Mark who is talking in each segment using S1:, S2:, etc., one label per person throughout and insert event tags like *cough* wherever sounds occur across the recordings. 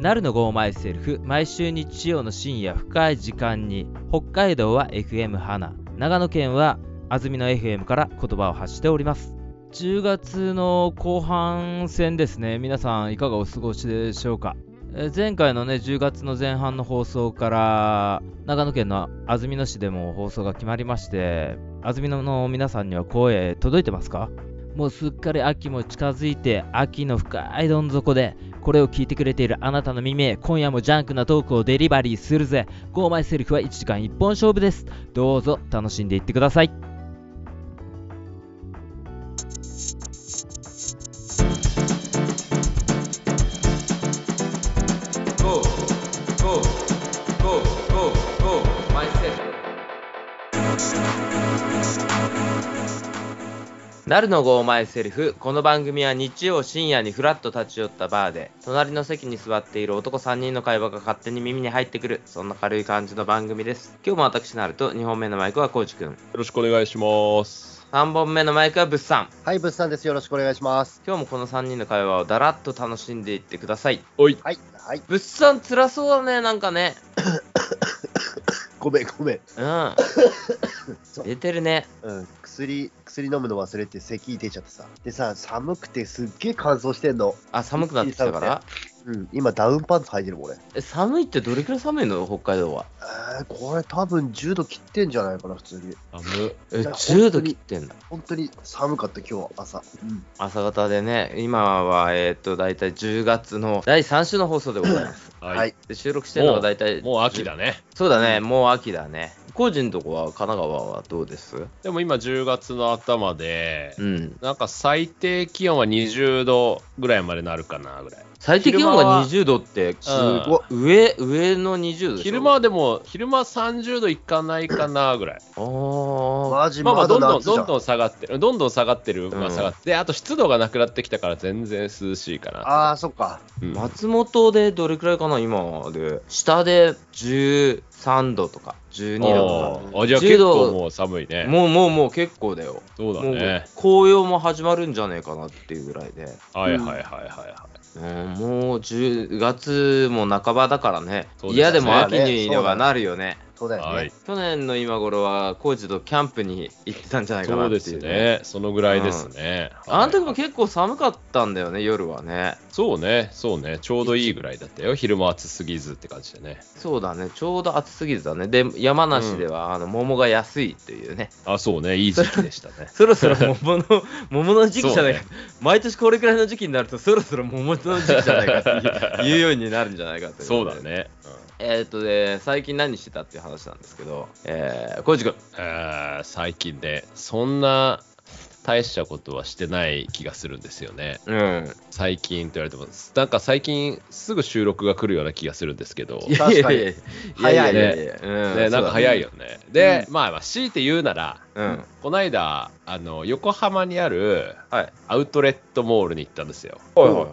S1: なるのゴーマイセルフ毎週日曜の深夜深い時間に北海道は FM 花長野県は安曇野 FM から言葉を発しております10月の後半戦ですね皆さんいかがお過ごしでしょうかえー前回のね10月の前半の放送から長野県の安曇野市でも放送が決まりまして安曇野の皆さんには声届いてますかもうすっかり秋も近づいて秋の深いどん底でこれを聞いてくれているあなたの耳へ今夜もジャンクなトークをデリバリーするぜ Go My Self は1時間1本勝負ですどうぞ楽しんでいってくださいなるのゴーマイセルフこの番組は日曜深夜にフラッと立ち寄ったバーで隣の席に座っている男3人の会話が勝手に耳に入ってくるそんな軽い感じの番組です今日も私なると2本目のマイクはコウチくん
S2: よろしくお願いします。
S1: 3本目のマイクはブッサン
S3: はい、物産です。よろしくお願いします。
S1: 今日もこの3人の会話をだらっと楽しんでいってください
S2: おい、
S3: はい、はい、
S1: 物産辛そうだねなんかね
S3: ごめん、ごめん。
S2: *laughs*
S1: うん
S3: そう
S1: 出てるね
S3: うん、薬、薬飲むの忘れて咳出ちゃってさ。でさ、寒くてすっげえ乾燥してんの。
S1: あ寒くなってきたから
S3: うん、今ダウンパンツ履いてるもん、俺。
S1: え寒いってどれくらい寒いの北海道は
S3: えー、これ多分10度切ってんじゃないかな、普通に。
S2: あむ。
S1: え
S3: いや
S1: 10度切ってんだ
S3: 本当に寒かった、今日朝。うん。
S1: 朝方でね今はえっ、と大体10月の第3週の放送でござい
S2: *laughs*
S1: ます
S2: は
S3: はいい。
S1: で収録してるのが大体
S2: もう秋だね。
S1: そうだねもう秋だね工事のとこは神奈川はどうです
S2: でも今10月の頭で、
S1: うん
S2: なんか最低気温は20度ぐらいまでなるかなぐらい。
S1: 最低気温
S2: 昼間
S1: が
S2: は
S1: 20度って
S3: すごい。
S1: 上上の20度でしょ
S2: 昼間はでも、昼間30度いかないかなぐらい。
S1: あー
S3: マジ
S2: まあまあ、
S3: ま
S2: ど
S3: だ
S2: んどん、
S3: 夏じゃん。
S2: どんどん下がってる。どんどん下がってる。ま
S1: う
S2: あ
S1: ん
S2: 下がって。で、あと湿度がなくなってきたから全然涼しいかな。
S3: ああ、そっか。
S2: うん
S1: 松本でどれくらいかな今で下で13度とか12度
S2: あーあじゃあ
S1: 10
S2: 結
S1: 度
S2: 構もう寒い
S1: と
S2: ね。
S1: かもうもうもう結構だよ
S2: そうだ
S1: もう
S2: ね。
S1: 紅葉も始まるんじゃねえかなっていうぐらいで、
S2: はいはいはいはいはい。
S1: うん、もう10月も半ばだからね
S2: そうで
S1: 嫌
S2: すね
S1: でも秋にはなるよね
S3: そうだよね。
S2: はい
S1: 去年の今頃はコーチとキャンプに行ってたんじゃないか
S2: そ
S1: なっ
S2: う
S1: て
S2: で
S1: い
S2: す
S1: う
S2: ね。そのぐらいですね。
S1: あの時
S2: はい
S1: も結構寒かったんだよね夜はね
S2: そうね、そうね、ちょうどいいぐらいだったよ。昼間暑すぎずって感じでね。
S1: そうだねちょうど暑すぎてたねで山梨では、あの桃が安いというね
S2: あ、そうね、いい時期でした
S1: *laughs*。
S2: *laughs* ね
S1: そろそろ桃の桃の時期じゃないか、
S2: そ
S1: 毎年これくらいの時期になるとそろそろ桃の時期じゃないかっていう *laughs* いうようになるんじゃないかとい
S2: そうだね。
S1: えーっとね最近何してたっていう話なんですけどえー、コウジ君
S2: えー最近ね、そんな大したことはしてない気がするんですよね。
S1: うん
S2: 最近と言われても、なんか最近すぐ収録が来るような気がするんですけど、
S1: *laughs* い
S2: ね、
S1: やいやいやいやいやいや
S3: 早い
S2: ね
S1: いやうん
S2: なんか早い
S1: よ
S2: よね。で、まあまあ、強いて言うなら、
S1: うん
S2: この間、あの、横浜にある
S1: はい
S2: アウトレットモールに行ったんですよ。
S1: はいは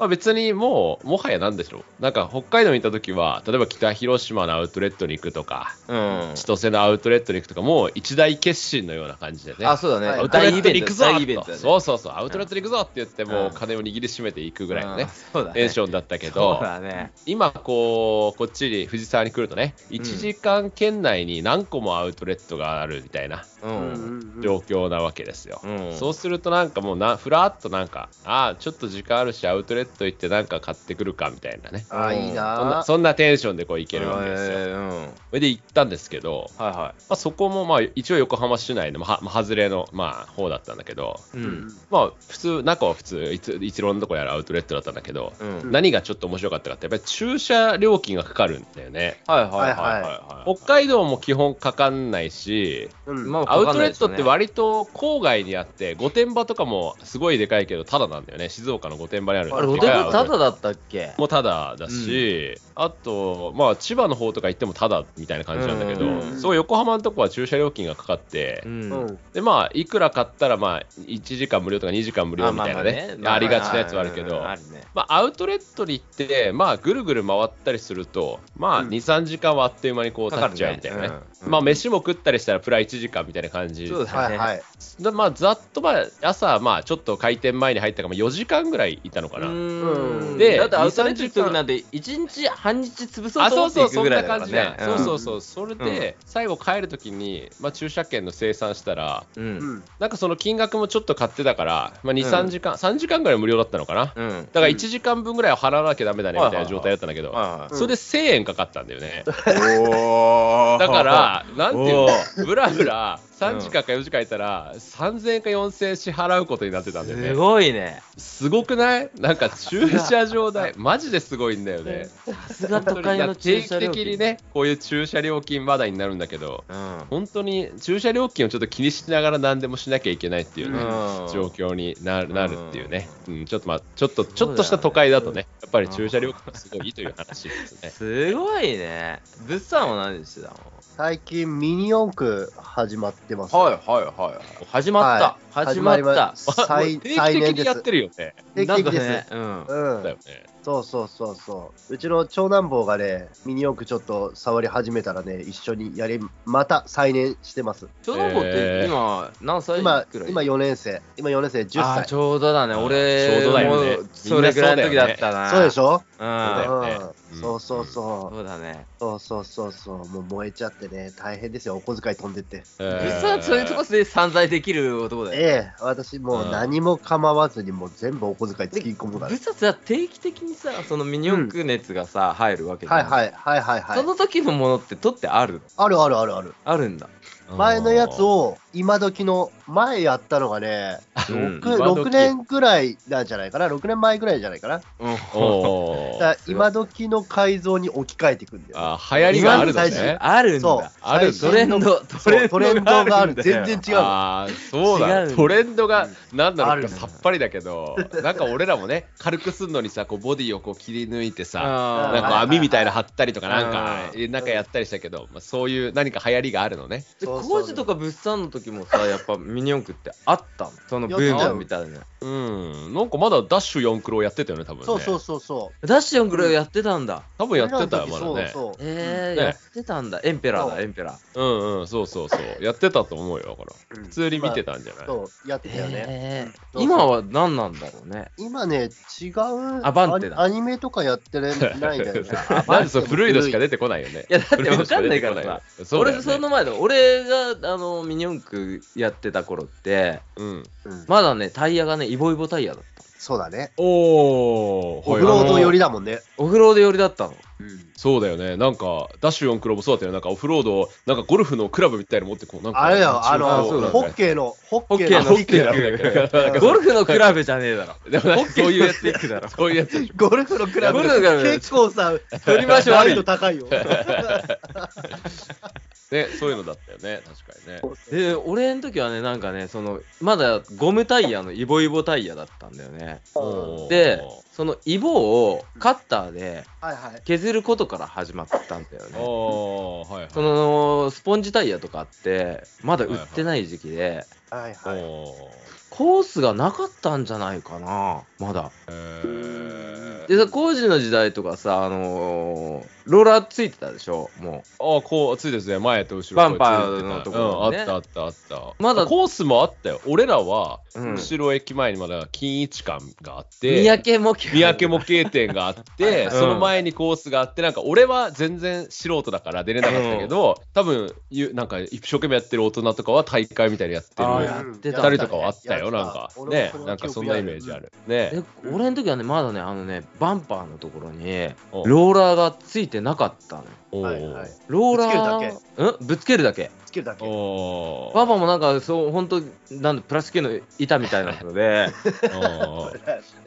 S2: まあ、別にもう、もはやなんでしょう。なんか北海道にいた時は、例えば北広島のアウトレットに行くとか、
S1: いはいうん
S2: 千歳のアウトレットに行くとか、もう一大決心のような感じでね。
S1: あそうだ
S3: は
S1: ね
S2: ア
S3: い
S2: ウトレ
S1: 大
S2: ッ
S1: イ
S2: ト
S1: ベ
S2: に
S1: ント
S2: 行くぞ
S1: 大イベントだね
S2: そうそうそう、アウトレットに行くぞって言って、も
S1: うん
S2: う金を握りしめていくぐらいのね
S1: うん、そうだね
S2: テンションだったけ
S1: そ
S2: ど
S1: う、だね
S2: 今こう、こっちに藤沢に来るとね、1時間圏内に何個もアウトレットがあるみたいな
S1: う
S3: うんんうんうん
S2: 状況なわけですよ。
S1: うん
S2: そうするとなんかもうな、ふらっとなんか、ああ、ちょっと時間あるし、アウトレット行ってなんか買ってくるかみたいなね。
S3: ああ、いい
S2: そん
S3: な
S2: な
S3: あ。
S2: そんなテンションでこう行けるわけですよ。
S1: えーうんはい
S2: それで行ったんですけど、
S1: は
S2: まあ、そこもまあ一応横浜市内の、まあ、はまあ外れの、まあ、方だったんだけど、
S1: いう
S3: うんん
S2: まあ普通、中は普通、いつ一郎のとこやるアウトレットだったんだけど、
S1: うん
S3: ん
S2: 何がちょっと面白かったかって、やっぱり駐車料金がかかるんだよね。
S1: はいはいはい
S3: はいは
S1: はい
S2: 北海道も基本かかんないし、
S3: うん
S1: まあ
S2: アウトレットって
S1: わ
S2: 割と郊外にあって、御殿場とかもすごいでかいけど、ただなんだよね、静岡の御殿場にある。
S1: あれ、お
S2: で
S1: 手
S2: かい
S1: 本タ
S2: アウトレッ
S1: ダだったっけ
S2: トもただだし、あと、まあ、千葉の方とか行ってもただみたいな感じなんだけど、
S1: うん
S2: そう横浜のとこは駐車料金がかかって、
S1: ん
S3: うん。
S2: で、まあ、いくら買ったら、まあ、1時間無料とか2時間無料みたいなね、ありがちなやつはあるけど、
S1: うんあるね
S2: まあ、アウトレットに行って、まあ、ぐるぐる回ったりすると、まあ、2、
S3: うん
S2: 3時間はあっという間にこう、
S1: か
S2: 経
S1: か
S2: っ
S1: るね
S2: ちゃうみたいなね。
S1: うん
S2: まあ、飯も食ったりしたら、プラ1時間みたいな感じ。
S1: そうだ
S3: はい
S1: ね
S3: はい。
S2: でまあ、ざっと、まあ、朝、まあ、ちょっと開店前に入ったから、まあ4時間ぐらいいたのか
S1: う
S2: な。
S1: ーん。
S2: で
S1: だってアウトレ
S2: 2
S1: ッ
S2: 3時間
S1: トなんて、1日、半日潰そう
S2: あ
S1: と
S2: そ
S1: 思って
S2: うそう
S1: いく
S2: そん
S1: ぐらいだ
S2: な
S1: か
S2: 感
S1: ら
S2: じじゃ
S1: ね
S2: ん。。
S1: ん
S2: そうそうそうそれで最後帰るときに、まあ、駐車券の生産したら
S1: う。
S3: うんん。
S2: なんかその金額もちょっと買ってたから、まあ、
S1: うん
S2: 23時間、3時間ぐらい無料だったのかな
S1: うん。はい
S2: だから
S3: うん
S2: 1時間分ぐらいは払わなきゃダメだねみたい
S1: はいはい
S2: な状態だったんだけど、
S1: は
S2: それで1000円かかったんだよね。
S1: い。おー *laughs*
S2: だか、ら、なんていう
S1: お
S2: の、ぶらぶら3時間か4時間いたら、3000円か4000円支払うことになってたんだよ
S1: す
S2: ね。
S1: ごいね。
S2: すごくないなんか駐車場代、マジですごいんだよね。
S1: さすが都会の駐
S2: 定期
S1: 車料
S2: 的
S1: 金。
S2: に。ね、こういう駐車料金話題になるんだけど、
S1: うん。
S2: 本当に駐車料金をちょっと気にしながら何でもしなきゃいけないっていうね、
S1: うん
S2: 状況になるなるっていうね、うん、ちょっとまあちょっと、
S1: そうだ
S2: ち
S1: よね
S2: ょっとした都会だとね、やっぱり駐車料金すごいいいという話ですね。
S1: すごいね。物産は何してたの
S3: 最近ミニ四駆始まってます。
S1: はいはいはい。始まった。
S3: はい
S1: 始まった。
S3: 始まりま
S2: もう
S3: 最
S2: 定
S3: 最
S2: 期
S3: 年
S2: 的
S3: で
S2: にやっ
S3: す
S2: て。るよね。
S3: 定
S1: な
S3: 期
S1: ん
S3: 的
S1: か
S3: です。
S1: ね、うん。
S3: うん
S2: だよね。
S3: そうそうそうそう。うちの長男坊がね、ミニ四駆ちょっと触り始めたらね、一緒にやり、また再燃してます。
S1: 長男坊って今、何歳
S3: 今
S1: くら、い
S3: 今4年生。今4年生、10
S1: あー
S3: 歳。
S1: ちょうどだね。
S2: あー
S1: 俺、
S2: ちょうどだよね
S1: もうそれぐらいの時だったな。
S3: そうでしょ、
S1: う
S3: うん
S2: だよ
S1: ん。
S2: ねうん
S3: そうそうそう。
S1: そうだね。
S3: そうそうそうそう。もう燃えちゃってね、大変ですよ。お小遣い飛んでって。
S2: 実
S1: 実はそういうとこで散財できる男だよ。
S3: ええ、私もう何も構わずに、もう全部お小遣いつぎ込むから
S1: 物。産は定期的にさ、そのミニ四駆熱がさ、入るわけじゃん
S3: はいはいはいはいはい
S1: そ。の時のものって取ってある
S3: あるあるあるある。
S1: あるんだ。
S3: 前のやつを、今時の、前やったのがね、
S1: うん
S2: 今時
S3: 6年ぐらいなんじゃないかな、6年前ぐらいじゃないかな。
S1: うん
S2: お
S3: *laughs*
S2: ー
S3: だから今時の改造に置き換えていくんだよね。
S2: あー流行りがあるの
S3: 今の最
S2: ね。
S1: あるん
S3: そう
S1: だ。、
S2: ある
S1: トレン
S3: 最新の
S1: ド、
S3: そうトレンドがある。全然違うの。
S2: ああ、そう
S1: 違
S2: だ、
S1: うんだ
S2: トレンドがなんだ
S3: あ
S2: ろう
S3: る
S2: か
S3: んだ
S2: さっぱりだけど、なんか俺らもね、軽くすんのにさ、こうボディをこう切り抜いてさ、
S1: あ
S2: なん
S1: ー
S2: か網みたいな貼ったりとか、なんか
S1: う、
S2: えなんかやったりしたけど、まあ、そういう何か流行りがあるのね。
S1: で
S3: そうそう
S1: 工事とか物産の時もさ、やっぱミニ四駆ってあったのそのブームみたいな。
S2: うん、なんかまだダッシュ4クロやってたよね、多分ね。
S3: そうそうそうそう。
S1: ダッシュ四駆やってたんだ。
S2: 多分やってたよ、
S3: 俺
S2: ま
S3: らの時
S2: だね。
S3: そうそう。
S1: え
S2: ね
S1: ー、やってたんだ。エンペラー
S3: そ
S1: だ、
S3: う
S1: エンペラー。
S2: うんうん、そうそうそう。やってたと思うよ、だから。
S3: うん
S2: 普通に見てたんじゃない、。
S3: そう、やってたよね。
S1: え
S3: う
S1: ー
S3: ん
S1: 今は何なんだろうね。
S3: 今ね、違う
S1: アバンテだ
S3: アニアニメとかやってないんだよね
S2: *laughs* なんでそう古いのしか出てこないよね。
S1: いや、だってわかんないからさ。
S2: さ。そうだ
S1: 俺、
S2: よね
S1: その前だ。俺が、あの、ミニ四駆やってた頃って、
S2: うん。
S3: うん
S1: まだね、タイヤがね、イボイボタイヤだった。
S3: そうだね。
S2: おー、
S3: オフロード寄
S2: り。
S3: りだもんね。
S1: オフロード寄りだったの。
S2: そうだよね。なんか、ダッシュ4クロもそうだったよね。なんかオフロード、なんかゴルフのクラブみたいなの持ってこう、なんか。
S3: あれだよ、あ
S1: あそうだ
S3: の、
S1: ね
S3: ホッケーの、ホッケ
S1: ー
S3: ー
S1: の
S3: の
S2: ホッケーだよね
S3: うん
S1: ゴルフのクラブじゃねえだろ。
S2: でもなんかそういうやつ
S1: テックだろ。
S2: そういうやつでしょ。
S3: ゴルフのクラブ
S1: ゴルフのクラブ
S3: 結構さ、
S1: 取り回し
S3: 難
S1: 悪
S3: 易度
S1: い。
S3: 高いよ。
S2: ね、そういうのだったよね。確かにね。
S1: で、俺の時はね、なんかね、その、まだゴムタイヤのイボイボタイヤだったんだよね。
S3: は
S2: おー
S1: で、そのイボをカッターで
S3: いはい。
S1: 削ることから始まったんだよね。
S2: おー、はいはい。
S1: その、スポンジタイヤとかって、まだ売ってない時期で、
S3: はいはい。
S2: おー
S1: コースがなかったんじゃないかな、まだ。
S2: えー
S1: でさ、工事の時代とかさ、あのーローラーついてたでしょ、も
S2: ああ、こう、ついですね。前と後ろ。
S1: バンパーのところ
S2: う
S1: に
S2: ん
S1: ね
S2: あったあったあった。
S1: まだ
S2: コースもあったよ。俺らは、
S1: う。うん。
S2: 後ろ駅前にまだ金一館があって、
S1: 三宅も来
S2: 三宅模型店があって、
S1: うん
S2: その前にコースがあって、なんか俺は全然素人だから出れなかったけど、多分ゆなんか一生懸命やってる大人とかは大会みたいにやってる
S1: あーやってた
S2: 二人とかはあったよ、なんか。ね、なんかそんなイメージあ。る。ね
S1: で、俺の時はね、まだね、あのね、バンパーのところに、
S2: おう
S1: ローラーがついてなかったのよ。
S2: おう
S3: はいはい
S1: ローラ
S3: ぶつ
S1: ー、うんぶつけるだけ。
S3: つけるだけ。
S2: お
S1: *laughs*
S2: う
S1: パパもなんか、そう、本当なんだ、プラスチックの板みたいなの *laughs* で、
S2: おう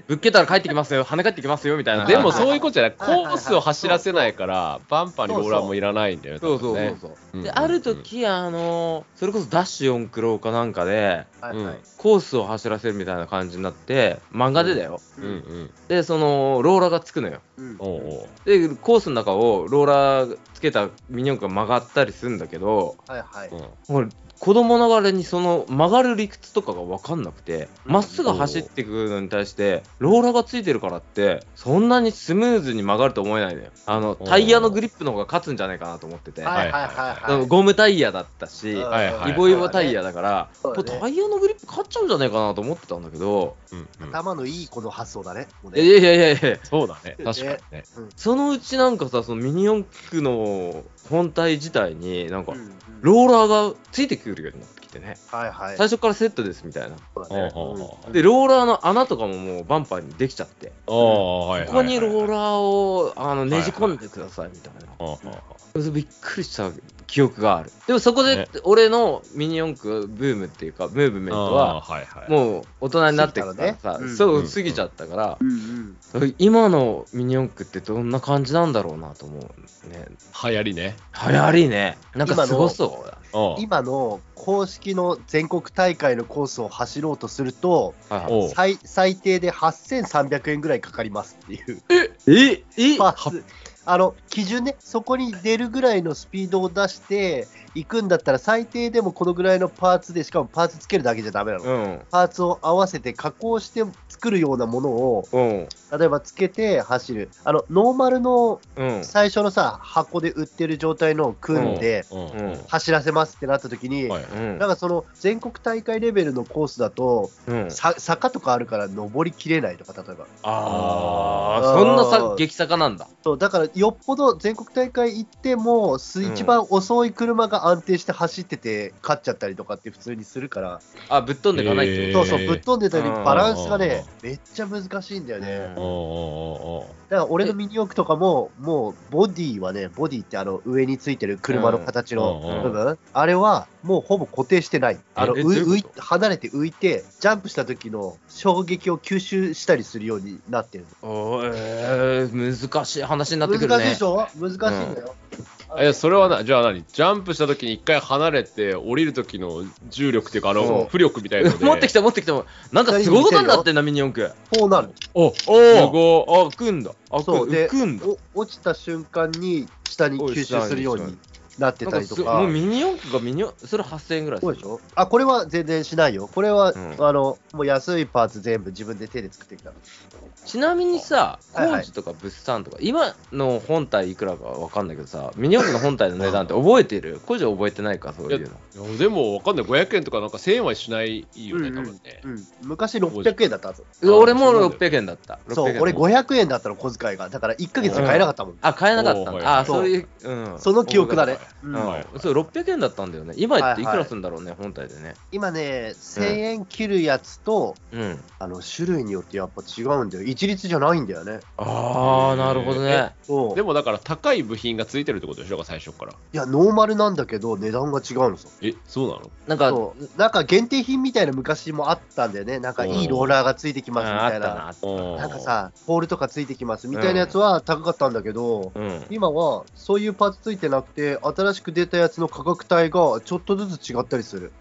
S1: ぶっけたら帰ってきますよ、跳ね返ってきますよ、みたいな。
S2: でもそういうことじゃない、
S3: はいはい
S2: コースを走らせないから、バンパーにローラーもいらないんだよね。
S1: そうそう
S2: 多分
S1: そう
S2: ね
S1: そう。
S2: うんうんう
S1: で、
S2: ん
S1: ある時、あのーそれこそダッシュ4クローかなんかで、
S3: はいはい。
S1: コースを走らせるみたいな感じになって、漫画でだよ。
S2: うんうん。
S1: で、その、ローラーがつくのよ。
S3: うん
S2: おうおう
S1: で、コースの中をローラーつけたミニ四駆が曲がったりするんだけど、
S3: はいはい。
S2: うん
S1: もう子供ながらにその曲がる理屈とかが分かんなくてまっすぐ走っていくのに対してローラーがついてるからってそんなにスムーズに曲がると思えないのよあのタイヤのグリップの方が勝つんじゃないかなと思ってて、
S2: はい
S1: あのゴムタイヤだったし、
S3: うん
S2: はいはい
S1: イボイボタイヤだから、
S3: そうだね
S1: これタイヤのグリップ勝っちゃうんじゃないかなと思ってたんだけど、
S2: うんうん
S3: 頭のいい子の発想だね。もうね
S1: いやいやいやいや
S2: そうだね。確かにね。
S1: そのうちなんかさそのミニ四駆の本体自体になんか
S3: うんうん
S1: ローラーがついてくるようになってきてね
S3: はいはい。
S1: 最初からセットですみたいな
S3: そうだね
S2: ほうほうほ
S3: うん
S1: でローラーの穴とかももうバンパーにできちゃって
S2: ああ、はいはいはい。
S1: ここにロー
S2: ル。
S1: ラーをあのねじ込んでくださいみたいなびっくりした記憶があるでもそこで
S2: ね
S1: 俺のミニ四駆ブームっていうかムーブメン
S2: あ
S1: ト
S2: あ、
S1: は
S2: はいはい。
S1: もう大人になってくから
S3: 過ぎた
S1: さ
S3: らねうん
S1: そう過ぎちゃったから
S3: うんうん
S1: 今のミニ四駆ってどんな感じなんだろうなと思うね
S2: 流行りね。
S1: 流行りねなんかすごそうだ
S2: うん
S3: 今の公式の全国大会のコースを走ろうとすると、
S1: はいはい
S2: おう
S3: 最最低で8300円ぐらいかかりますっていう、
S1: ええ
S3: まあすあの基準ね、そこに出るぐらいのスピードを出していくんだったら、最低でもこのぐらいのパーツで、しかもパーツつけるだけじゃダメなの。
S1: うん
S3: パーツを合わせて加工して作るようなものを、
S1: うん
S3: 例えばつけて走る、あのノーマルの
S1: うん
S3: 最初のさ、箱で売ってる状態のを組んで、
S2: うん
S1: うん
S2: うん
S3: 走らせますってなった時に、
S2: はい
S1: うん
S3: なんかその全国大会レベルのコースだと、
S1: うん
S3: さ坂とかあるから登りきれないとか、例えば。
S1: ああ
S3: あー
S1: そんなさ激坂なんだ
S3: そうだからよっぽど全国大会行っても、す
S1: うん
S3: 一番遅い車が安定して走ってて、勝っちゃったりとかって普通にするから、
S1: あぶっ飛んでいかないって
S2: へー
S3: そうそう、ぶっ飛んでたり、バランスがね
S2: あ、
S3: めっちゃ難しいんだよね。
S1: うん
S2: おお
S3: だから俺のミニ四駆とかも、もうボディはね、ボディってあの上についてる車の形の
S2: うん
S3: 部分、あれはもうほぼ固定してない。あの
S1: え
S3: う
S1: どういうこと
S3: 浮い離れて浮いて、ジャンプした時の衝撃を吸収したりするようになってる。
S1: おーえー難しい話になってくるね
S3: 難しいでしょ難しいんだよ。
S2: おおえ、それはな、じゃあ何ジャンプした時に一回離れて、降りる時の重力っていうか、あ
S1: そう
S2: の、浮力みたいな *laughs* の
S1: *laughs*
S2: で。
S1: 持ってき
S2: た。
S1: た持ってきたなんかすごいことになってんなミニ四駆
S3: こうなる。
S2: おお
S1: おーあ浮くんだあ
S3: そう
S1: 浮く
S3: で
S1: 浮くんだ
S3: お落ちた瞬間に下に吸収するようになって
S1: な
S3: た
S1: んか
S3: り
S1: すご
S3: と
S1: い
S3: か
S1: もう。ミニ四駆がミニ四それ8000円ぐらいす
S3: そう
S1: る
S3: でしょあこれは全然しないよ。これは、
S1: うん
S3: あのもう安いパーツ全部自分で手で作ってきたの。
S1: ちなみにさ、
S3: はい
S1: 工
S3: はい
S1: 事とか物産とか、今の本体いくらかわかんないけどさ、ミニ四駆の本体の値段って覚えてる *laughs* 工事は覚えてないか、そういうの。
S2: いやでも、わかんない。500円とかなんか1000円はしないよね、多分ね。
S3: うん昔600円だったはず。
S1: うわ俺も
S2: そうなんだ
S1: 600円だった。
S3: そ
S1: 600
S3: う
S1: 円、
S3: 俺500円だったの、小遣いが。だから1ヶ月買えなかったもん。
S1: あ、買えなかったん
S2: おー
S1: だ。あ、
S3: はい
S1: そういう、うん。
S3: その記憶だね。
S1: う
S3: う
S1: ん
S3: ん
S2: はいはい
S1: そう600円だったんだよね。今っていく
S3: はいは
S1: ら
S3: い
S1: するんだろうね、本体でね。
S3: 今ね、1000円切るやつと、
S1: うん。
S3: あの種類によってやっぱ違うんだよ。一律じゃないんだよね。
S1: あー、なるほどね。
S3: そう
S2: でもだから、高い部品がついてるってことでしょうか、最初から。
S3: いや、ノーマルなんだけど、値段が違うのさ。
S2: え、そうなの
S1: なんか、うん
S3: そうなんか限定品みたいな昔もあったんだよね、なんかいいローラーがついてきますみ
S1: あ
S3: た
S1: った
S3: いな、
S1: な。あった
S2: おー
S3: なんかさ、ポールとかついてきますみたいなやつは高かったんだけど、
S1: うん。
S3: 今はそういうパーツついてなくて、新しく出たやつの価格帯がちょっとずつ違ったりする。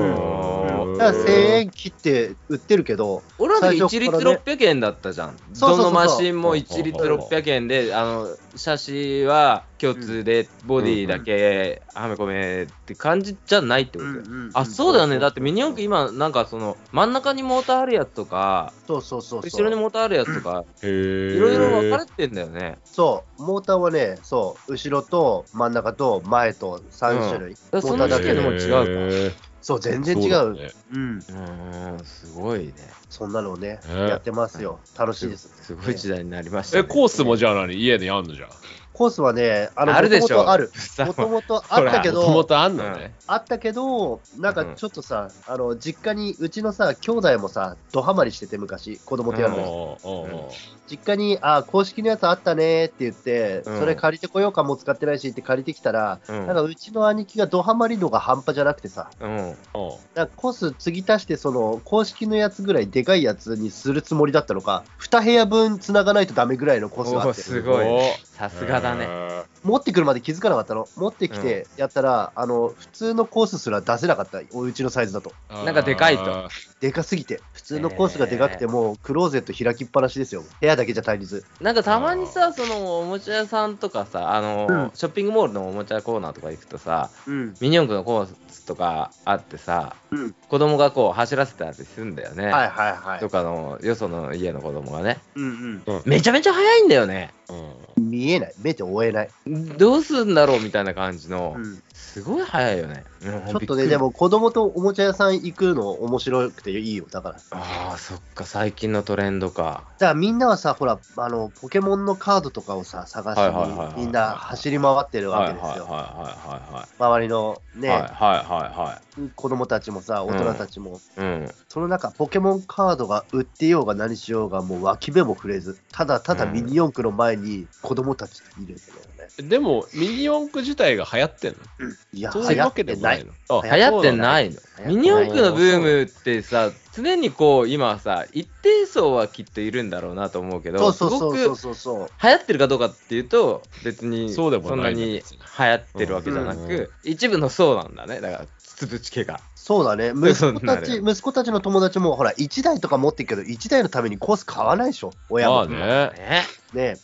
S1: おー
S3: だから1000円切って売ってるけど、
S1: 俺らの時一
S3: 最
S1: 律
S3: 初からね
S1: 600円だったじゃん、
S3: そうそうそうそう
S1: どのマシンも一律600円で、あの写真は共通で、ボディだけはめ込めって感じじゃないってことだよ、あそうだよねだってミニ四駆
S3: 今、
S1: 今なんかその真ん中にモーターあるやつとか
S3: そうそうそうそう、
S1: 後ろにモーターあるやつとか
S2: へー
S1: いろいろ分かれてんだよね
S3: そう、モーターはね、そう、後ろと真ん中と前と3種類、
S1: だからその時点でもう違うか
S2: へー
S3: そう、全然違
S2: そう
S3: う
S2: だね
S3: うん、
S1: うーんすごいね
S3: そんなのをね、
S2: ね
S3: やってますよ、楽しいです。
S1: すごい時代になりました、ね、
S2: え、コースもじゃあ何家でやんのじゃん。
S3: コースはね、あ
S1: あ
S3: の
S1: るでしょ
S3: 元々ある。
S1: さ
S3: もともとあったけ
S2: もとも
S3: ど、
S2: とあんのね。
S3: あったけど、なんかちょっとさ、あの実家に、うちのさ、兄弟もさ、ドハマりしてて、昔、子供とや
S1: う
S3: る
S1: ん
S3: のに、
S2: おうおうおう
S3: 実家に、あ公式のやつあったねって言って、
S1: うん
S3: それ借りてこようか、もう使ってないしって借りてきたら、
S1: うん
S3: なんかうちの兄貴がドハマりのが半端じゃなくてさ、
S1: うん
S2: おう
S3: なんかコース継ぎ足して、その公式のやつぐらいでかいやつにするつもりだったのか、2部屋分繋がないとダメぐらいのコスがあ
S1: お
S3: って、
S1: すご
S2: お
S1: いさすがだね
S2: ね。
S3: 持ってくるまで気づかなかったの。持ってきてやったら、あの、普通のコースすら出せなかった、お家のサイズだと。
S1: なんかでかいと
S2: あ
S3: でかすぎて。普通のコースがでかくても、クローゼット開きっぱなしですよ。部屋だけじゃ足りず。
S1: なんかたまにさそのおもちゃ屋さんとかさあの、
S3: うん
S1: ショッピングモールのおもちゃコーナーとか行くとさ
S3: うん。
S1: ミニ四駆のコースとかあってさ
S3: うん。
S1: 子供がこう走らせたりするんだよね、
S3: はいはいはい
S1: と。かのよその家の子供がね
S3: うん
S1: めちゃめちゃ速いんだよね
S2: ーうん
S3: うん。見えない。目で追えない。
S1: どうすんだろうみたいな感じの、
S3: うん。
S1: すごい速いよねち
S3: ちょっとね、でも子供とおもちゃ屋さん行くの面白くていいよ、だから。だか
S1: ああそっか最近のトレンドから
S3: みんなはさ、ほら、あの、ポケモンのカードとかをさ、探し
S1: はいはいはいはい
S3: にみんな走り回ってるわけです
S1: はいはい
S3: よ。
S1: は
S3: 周りの
S1: いはいはいはい
S3: ね、
S1: は
S3: 子供たちもさ、大人たちも。
S1: いはいはいうん
S3: その中、ポケモンカードが売ってようが何しようが、もう脇目も触れず、ただただミニ四駆の前に子供たちいるんだよね。
S2: でも、ミニ四駆自体が流行ってんの
S3: いや、流
S2: そういう
S3: 行
S2: わ
S3: って
S2: けでも
S3: な
S2: ないい。の。あ
S3: 流
S1: 流行ってないの
S3: そうだね
S1: ミニ四駆のブームってさ常にこう今さ一定層はきっといるんだろうなと思うけ
S3: そ
S1: ど
S3: うそうそう
S1: す
S3: そ
S1: ご
S3: う
S1: く
S3: そうそう。
S1: 流行ってるかどうかっていうと別に
S2: そうでもない
S1: んなに流行ってるわけじゃな
S2: うんうん
S1: く一部の層なんだねだからつぶち系が
S3: そうだね。
S1: うそう
S3: 息子たち、
S1: なる
S3: 息子たちの友達も、ほら、1台とか持ってるけど、1台のためにコース買わないでしょ、親
S2: ま
S3: も
S2: あ。ね。
S1: ね
S3: ね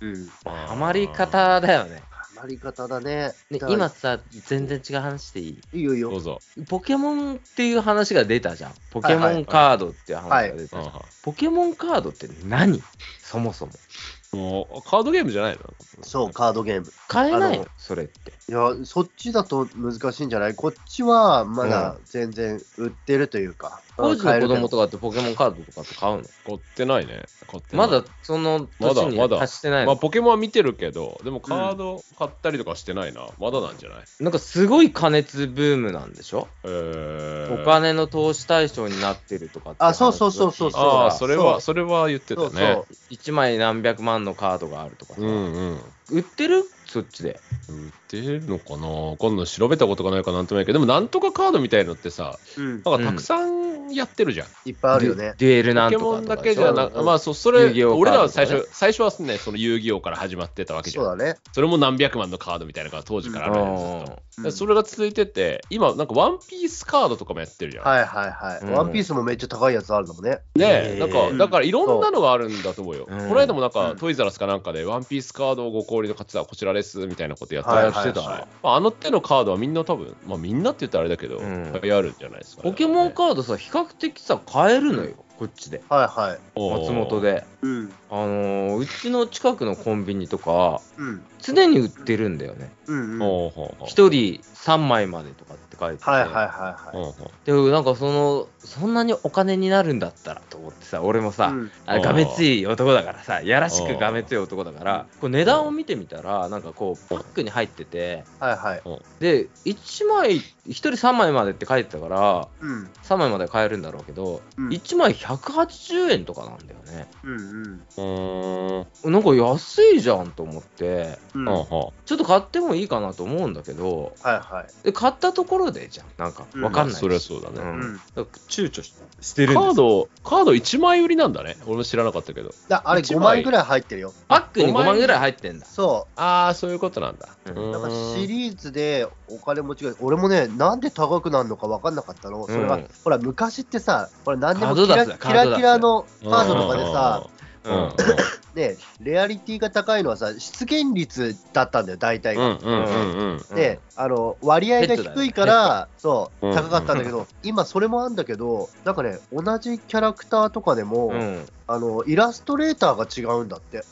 S1: うん
S3: うん。
S1: ハマり方だよね
S3: ハマり方だね。
S1: で
S3: だから
S1: 今、さ全然違う話していい
S3: いいよいい
S2: どう
S3: よ。
S2: ぞ。
S1: ポケモンっていう話が出たじゃんポケモ
S3: はいは
S1: ン
S3: い
S1: カードっていう話が出たじゃん、
S2: う
S1: ポケモンカードって何そもそも
S2: んもう、カードゲームじゃないの
S3: そう、カードゲーム。
S1: 買えない
S3: あ
S1: の
S3: の
S1: それって
S3: いや、そっちだと難しいんじゃないこっちは、まだ全然売ってるというか。
S1: 当時の子供
S3: と
S1: とかってポケモンカードとかって買うの
S2: 買ってないね。買ってな
S1: ま
S2: い
S1: だその年に
S2: まだまだ
S1: 達してない
S2: まあ、
S1: の
S2: ポケモンは見てるけど、でもカード買ったりとかしてないな。まだなんじゃない
S1: なんかすごい加熱ブームなんでしょ
S2: え
S1: お
S2: ー
S1: 金の投資対象になってるとかって
S3: あそうそうそうそう
S2: ああ、それは、
S3: そ
S2: それは言ってた
S3: そ
S2: ね。
S3: うそう。
S1: 1枚何百万のカードがあるとかさ、
S2: うんうん。
S1: 売ってるそっちで
S2: 売ってるのかなわかんない。調べたことがないからなんともないけど、でもなんとかカードみたいのってさ、
S3: うん
S2: なんかたくさんやってるじゃん。
S3: いっぱいあるよね。
S1: デュデュエルなんとか
S2: ポケモン
S1: と
S2: だ
S1: かで
S2: け
S1: し
S2: じゃ
S1: ょ
S2: な
S3: う
S2: く、
S3: ん
S2: まあそ、そ
S1: 遊
S2: れ、
S1: 戯王カードとかね
S2: 俺らは最初、最初はね、その遊戯王から始まってたわけじゃ
S3: そ
S2: ん。
S3: うだね。
S2: それも何百万のカードみたいなのが当時からあるやつずっと。
S3: うん
S2: でそれが続いてて、今、なんかワンピースカードとかもやってるじゃん。
S3: はいはいは
S1: う
S3: い。
S1: ん
S3: ワンピースもめっちゃ高いやつあるのもね。
S2: ね
S1: へー
S2: え、なんか、だからいろんなのがあるんだと思うよ。こ
S1: うん
S2: の間もなんか、
S3: うん
S2: トイザらスかなんかで、ワンピースカードをご購入の方はこちらです、みたいなことやって
S3: はい
S2: た
S3: は
S2: りし
S3: い
S2: てた
S3: はい
S2: な。まああの手のカードはみんな多分、まあみんなって言ったらあれだけど、
S1: う
S2: い
S1: ん
S2: っぱいあるんじゃないですかね。
S1: ポケモンカードさ比較的さ買えるのよこっちで
S3: はいはい。
S2: おー
S1: 松本。で
S3: うん。
S1: あのーうちの近くのコンビニとか
S3: うん。
S1: 常に売ってるんだよね
S3: うん。はい
S2: おーほうほう
S1: 1人3枚までとかって書いてて
S3: はいはいはい。
S2: ほうほう
S1: でもなんかそのそんなにお金になるんだったらと思ってさ俺もさ、
S3: うん
S1: あがめつい男だからさやらしくがめつい男だからこう値段を見てみたらなんかこうパックに入ってて
S3: はいはい。
S1: で1枚1人3枚までって書いてたから
S3: うん。
S1: 3枚まで買えるんだろうけど
S3: うん
S1: 1枚180円とかなんだよね
S3: うん
S2: うーん。
S1: なんか安いじゃんと思って
S3: うん。
S2: ほう
S3: はい
S2: ほ
S1: ちょっと買ってもいいかなと思うんだけど
S3: はい。
S1: で買ったところでじゃんなんか
S3: うん
S1: わ
S2: う
S1: かんないし、
S2: そりゃそうだね。
S1: うん
S3: うん
S1: だから躊躇しして
S2: カ
S1: るんです
S2: ード、カード1枚売りなんだね。俺も知らなかったけど。
S3: だあれ
S2: 一
S3: 5
S2: 枚
S3: 枚ぐらい入ってるよ。
S1: パックに5
S2: お前
S1: 万ぐらい入ってんだ
S3: そ
S2: ああ、そういうことなんだ。
S1: うん
S3: う。なんかシ
S2: ー
S3: リーズでお金持ちが、俺もね、なんで高くなるのか分かんなかったの。それ
S1: う
S3: が
S1: ん、
S3: ほら、昔ってさ、ほら、何でも
S1: カード
S3: キ
S1: 出
S3: ラ
S1: すな
S3: キラキラの
S2: カ
S3: カードとかでさ、、
S2: うんうんうん
S3: ね、レアリティが高いのはさ、出現率だったんだよ、大体
S2: う
S3: が。
S2: んうんうんうん。
S3: で、あの割合が低いから、そう、
S2: うん
S3: 高かったんだけど、今、それもあるんだけど、なんかね、同じキャラクターとかでも、
S1: うんうん
S3: あのイラストレーターが違うんだって、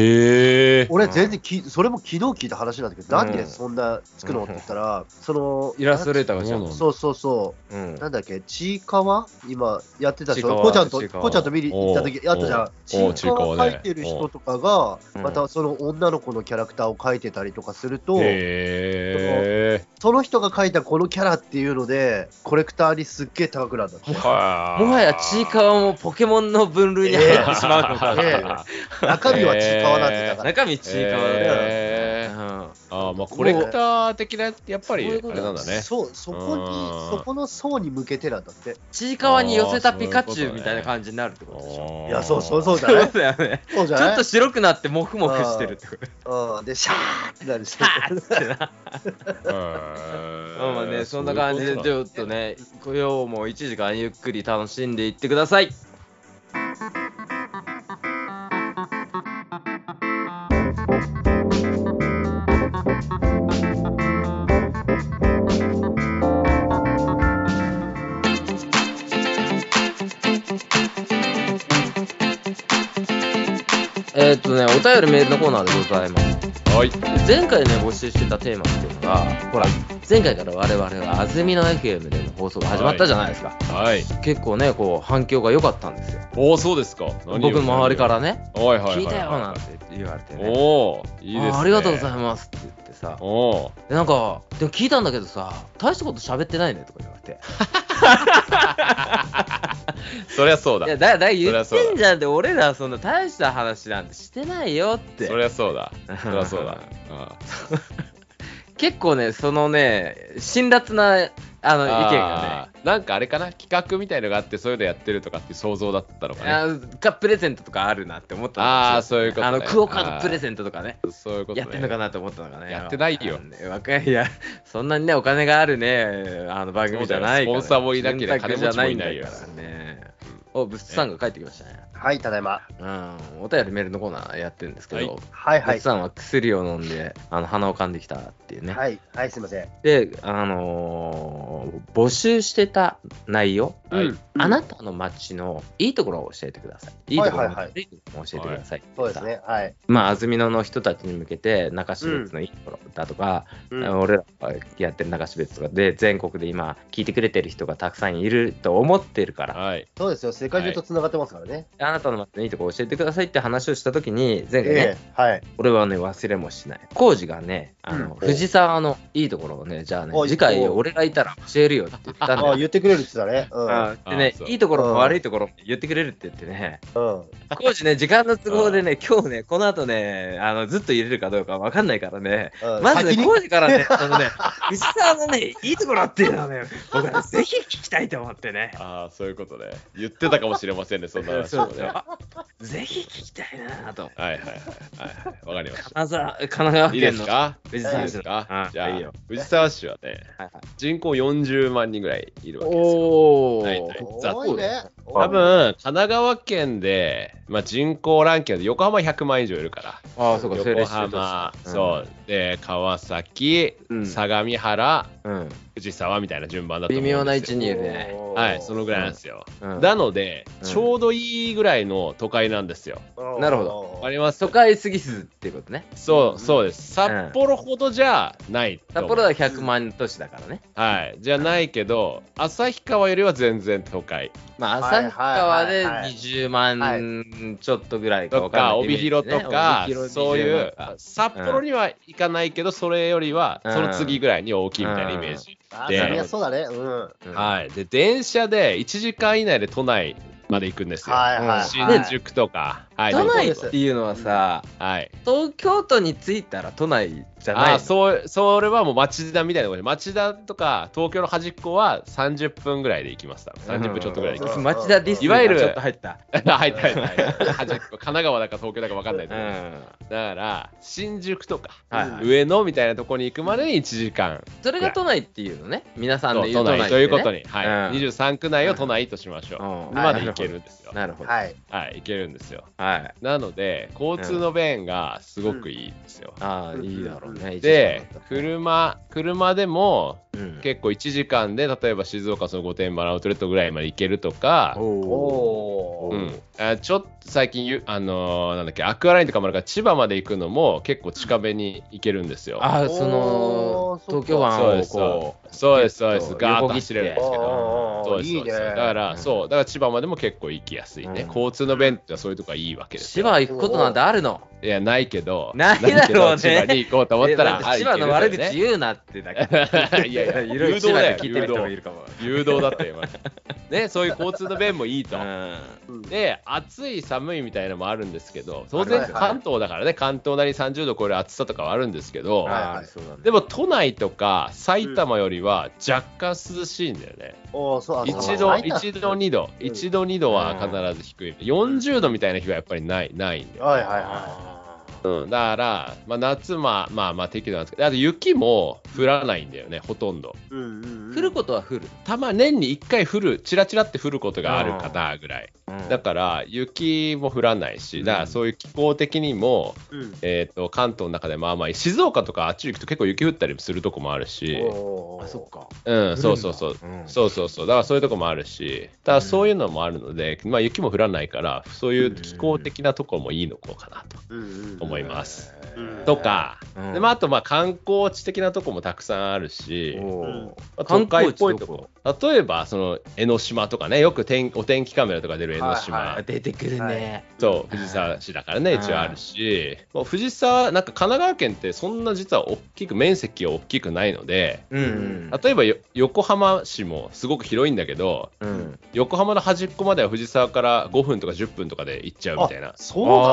S2: ええ。
S3: 俺、全然き、それも昨日聞いた話なんだけど、なん
S1: う
S3: で
S1: ん
S3: そんなつくのって言ったら、その
S1: イラストレーターが違う
S2: そうな
S3: そうそうそうう、
S1: ん
S3: なんだっけ、ちいかわ、今やってたでし
S1: ちいか
S3: ょ、
S1: わ
S3: こちゃんと、
S1: ちいかわ
S3: こちゃんと見に行った時
S2: おう
S3: やったじゃん、
S2: お
S3: ち
S2: う
S3: いか
S2: ちい
S3: わ
S2: かわね
S3: 描いてる人とかが、
S1: うん
S3: またその女の子のキャラクターを描いてたりとかすると、
S2: へ
S3: その人が描いたこのキャラっていうので、コレクターにすっげえ高くなるんだって。
S2: え。 *laughs* は
S1: もはやちいかわもポケモンの分類に入ってし *laughs* まうのかっていう
S3: え中身はちいかわなんでだから。
S1: 中身ちいかわだよ
S2: へ
S1: ね
S2: ああ、まあコレクター的な、やっぱり、あ
S1: もう
S2: れなんだね。
S3: そう、そこ
S2: うん
S3: に、そこの層に向けてなんだって。
S1: ちいかわに寄せたピカチュウみたいな感じになるってことでしょ。
S2: い。
S3: いや、そうそうそううじゃ
S1: そ
S3: な
S1: う
S3: い
S1: だよね。
S3: そう
S1: *laughs*
S3: じ
S1: ち
S3: ゃ
S1: ょ
S3: な
S1: っ
S3: い
S1: と白くなってモフモフしてるってこと。
S3: うん、で、シャーってなるし。
S1: うんまあね、そんな感じで、ち
S2: じゃ
S1: ょっとね、今日も1時間ゆっくり楽しんでいってください。えーっとね、お便りメールのコーナーでございます。
S2: はい。
S1: 前回ね募集してたテーマっていうのがほら前回から我々は安曇野 FM での放送が始まったじゃないですか、
S2: はい。
S1: 結構ねこう反響が良かったんですよ
S2: おお、そうですか。
S1: 僕の周りからね
S2: ら。はい
S1: 「
S2: はいはいはい。
S1: 聞いたよ」なんて言われてね
S2: おお、いいですね。
S1: あありがとうござい
S2: ま
S1: ますって言ってさ
S2: す。お
S1: でなんか「でも聞いたんだけどさ大したこと喋ってないね」とか言われて
S2: ーそりゃそうだ
S1: い。やだだ言っ
S2: そり
S1: て
S2: ゃそ
S1: ん
S2: う
S1: じゃんって俺らそんな大した話なんてしてないよって
S2: そりゃそうだ。そりゃそう
S1: *laughs*
S2: だ。あ
S1: 結構ねそのね辛辣なあの意見がね
S2: あーなんかあれかな企画みたいのがあってそういうのやってるとかっていう想像だったのかね。
S1: あかプレゼントとかあるなって思ったの
S2: ああ
S1: か
S2: ー、そういうこと、ね。
S1: あのクオカードプレゼントとかね
S2: ント。そういうこと、ね。
S1: やってんのかなと思ったのがね
S2: やってないよ
S1: あわかいやそんなにねお金があるねあの番組じゃないから
S2: そうだよスポンサーもいなけりゃ
S1: 選択じゃないんだ
S2: 金持
S1: か
S2: ち
S1: ら
S2: も
S1: ねおぶっさんが帰ってきましたね
S3: はい、ただいま。
S1: うんお便りメールのコーナーやってるんですけど、
S2: は
S3: はい
S1: ぶ
S3: は
S1: っ
S3: い。
S1: さんは薬を飲んであの鼻を噛んできたっていうね、
S3: はい、はい、すいません。
S1: であのー募集してた内容
S2: はい
S3: うん
S1: あなたの街のいいところを教えてください。いいところ、
S3: はいはいはい
S1: 悪いところも教えてください。
S3: そうですね。はい。
S1: まあ、安曇野の人たちに向けて、中標津のいいところだとか、
S3: うん
S1: あの俺らがやってる中標津とかで、全国で今、聞いてくれてる人がたくさんいると思ってるから、
S2: はい。
S3: そうですよ。世界中とつながってますからね。
S1: あなたの街のいいところ教えてくださいって話をしたときに、前回ね、
S3: ええ、はい。
S1: 俺はね、忘れもしない。浩二がね、あの、
S3: うん
S1: 藤沢のいいところをね、じゃあね
S3: お、い
S1: 次回
S3: お
S1: 俺がいたら教えるよって言ったんだ
S3: ああ、
S1: よ。
S3: 言ってくれるって言ってたね。うん。
S1: うんでね
S2: あそう
S1: いいところも悪いところも言ってくれるって言ってね、
S3: うん。
S1: コー
S2: *laughs*
S1: チね、時間の都合でね、今日ね、この後ね、あの、ずっと入れるかどうかわかんないからね、
S3: うん
S1: まずね、
S3: 先に
S1: コーチ
S2: *laughs*
S1: からね、あのね、藤沢のね、いいところっていうのをね、僕はねぜひ聞きたいと思ってね。
S2: ああ、そういうことね。言ってたかもしれませんね、そんな話
S1: *laughs* そ
S2: も
S1: うです
S2: ね。はい
S1: よ。ぜひ聞きたいなぁと。
S2: はいはいはいはい。わかりま
S1: *laughs*
S2: した。
S1: 金沢、神奈川
S2: いいで
S1: 県
S2: す
S1: の
S2: か
S1: 藤
S2: いい
S1: 沢
S2: で
S1: 市
S2: す
S1: の。
S2: か
S1: うん
S2: じゃあ、
S1: いいよ。
S2: 藤沢市はね、
S1: はいはい
S2: 人口40万人ぐらいいるわけですよ。
S1: お
S2: はい
S1: ー
S2: はい。
S3: 多いね。
S2: 多分、神奈川県で、まあ、人口ランキングで横浜100万以上いるから。
S1: ああ、そうか、政令
S2: 横
S1: 指定都
S2: 浜、
S1: 市
S2: そう。で、川崎、
S1: うん
S2: 相模原、
S1: うん。うん
S2: 藤沢みたいな順番だと思
S1: 微
S2: う
S1: 妙
S2: んですよ
S1: な位置にいるね。
S2: はい、そのぐらいなんですよ。
S1: うん
S2: なので、
S1: うん
S2: ちょうどいいぐらいの都会なんですよ。
S3: うん
S1: なるほ
S2: わ
S1: ど
S2: かります
S1: 都会すぎずっていうことね。
S2: そう、そうです。札幌ほどじゃないと
S1: 札
S2: 思う。
S1: 幌は100万都市だからね。
S2: はい、じゃないけど、旭川よりは全然都会
S1: まあ、
S3: はい
S1: 旭川で
S3: はいはい
S1: 20
S3: は
S1: 万ちょっとぐらいか
S2: と
S1: わかんな
S2: か、
S1: い
S2: 帯広とか、
S1: イメージね帯広
S2: そういう
S1: 20万か、
S2: 札幌には行かないけど、それよりは、
S1: うん
S2: その次ぐらいに大きいみたいなイメージ。
S3: あ
S2: で
S3: ーそりゃそうだね。うん。はい
S1: うん
S2: はい、で、電車で1時間以内で都内まで行くんですよ。
S3: はいはい。
S2: 新宿とか、はい、
S1: 都
S3: そう
S1: 内
S3: で
S1: っ
S3: す
S1: ていうのはさ、
S2: はい。
S1: 東京都に着いたら都内じゃない
S2: あ
S1: の
S2: あそうそれはもう町田みたいなところで町田とか東京の端っこは30分ぐらいで行きました30分ちょっとぐらいで行き
S3: うん
S1: 町田ディス
S2: いわゆる
S1: ちょっと入った。
S2: ま *laughs* した、入った入った入った端っこ神奈川だか東京だか分かんないと
S1: う
S2: 思う、
S1: ん。
S2: だから新宿とか、
S1: はいはい
S2: 上野みたいなところに行くまでに1時間
S1: それが都内っていうのね。皆さん
S2: と
S1: で言う都
S2: 都
S1: 内、
S2: 内ということに、
S1: う
S2: はい
S1: ん
S2: 23区内を都内としましょう、
S1: うん
S2: まで行けるんですよ、
S1: なるほど。
S3: はい。
S2: はい行けるんですよ
S1: はい。
S2: なので交通の便がすごくいいんですよ、
S1: ああ、いいだろうね。
S2: で
S1: 一時間だったらね
S2: 車車でも
S1: うん
S2: 結構1時間で例えば静岡その御殿場のアウトレットぐらいまで行けるとか、
S1: おー
S3: お
S2: う
S3: ー。
S2: ん、あちょっと最近ゆ、あのーなんだっけアクアラインとかもあるから千葉まで行くのも結構近めに行けるんですよ。
S1: ああ、
S3: おー
S1: その
S3: そっか
S1: 東京
S2: そう
S1: 湾
S2: で
S1: を
S2: すそ
S1: こう
S2: う。そうですそうです
S1: こう
S2: ガーッと
S1: 横切って
S2: 走れるん
S3: あ
S2: で
S3: ー
S2: すけど。
S3: あ
S2: そう
S3: ー
S2: ですそ
S3: いいうね
S2: です。だから、
S1: うん
S2: そうだから千葉までも結構行きやすいね、
S1: うん
S2: 交通の便ってのはそういうとこはいいわけです
S1: 千
S2: よ。
S1: 葉行くことなんてあるの
S2: いや、ないけど、
S1: ないだろうね
S2: ないけど千葉に行こうと思ったら、
S1: え千葉の悪口
S2: い
S1: 言うなってだけ。
S2: *laughs* いやいや、
S1: いろい
S2: 誘
S1: ろ
S2: 導
S1: 千葉
S2: だ
S1: で
S2: よ、
S1: 聞いてる
S2: 誘
S1: 人もい
S2: 導。
S1: るかも。
S2: 誘導だったよ、今。
S3: *laughs*
S2: ね、そういう交通の便もいいと。
S1: う
S2: で、暑い、寒いみたいなのもあるんですけど、当然
S3: はいはい
S2: 関東だからね、関東なり30度超える暑さとかはあるんですけど、
S1: ん。
S3: はい
S1: ああ、そうだね。
S2: でも都内とか埼玉よりは若干涼しいんだよね。
S3: おーそうあそ
S2: 一
S3: うあ
S2: 度、
S3: いた
S2: 一度、二度、
S3: うん
S2: 一度、二度は必ず低い。40度みたいな日はやっぱりない、ないんだよ。
S3: はいはいは
S1: あ
S2: うん、だから、まあ、夏は、まあまあ適度なんですけど、あと雪も降らないんだよね、ほとんど。
S3: い。うんうんう
S1: ー
S3: ん
S1: 降ることは降る。
S2: たま、年に一回降る、チラチラって降ることがあるかな、ぐらい。だから、雪も降らないし、だからそういう気候的にも、
S3: うん
S2: えっ、と、関東の中でもあんまり、静岡とかあっち行くと結構雪降ったりするとこもあるし、
S3: おー
S1: あ、そっか。
S2: うん、そうそうそう。
S1: うん
S2: そうそうそう、だからそういうとこもあるし、ただそういうのもあるので、まあ、雪も降らないから、そういう気候的なところもいいのこうかなと
S3: うんうん
S2: 思います。
S3: うん
S2: とか、
S1: うん
S2: でまあ、あとまあ観光地的なとこもたくさんあるし、
S1: お
S3: う
S1: ー
S3: ん
S2: まあ
S1: 観
S2: 都
S1: 光
S2: 会っ
S1: 地ど
S2: ぽ
S1: こ
S2: いとこ、例えばその江ノ島とかね、よく天お天気カメラとか出る江ノ島。
S3: はいは
S1: あ出てくるね。
S2: そう藤沢市だからね、
S1: うん
S2: 一応あるし、もう藤沢、なんか神奈川県って、そんな実は大きく、面積は大きくないので、
S1: うん
S2: 例えばよ横浜市もすごく広いんだけど、
S1: うん。うん。
S2: 横浜の端っこまでは藤沢から5分とか10分とかで行っちゃうみたいな。
S3: そうなの
S1: あ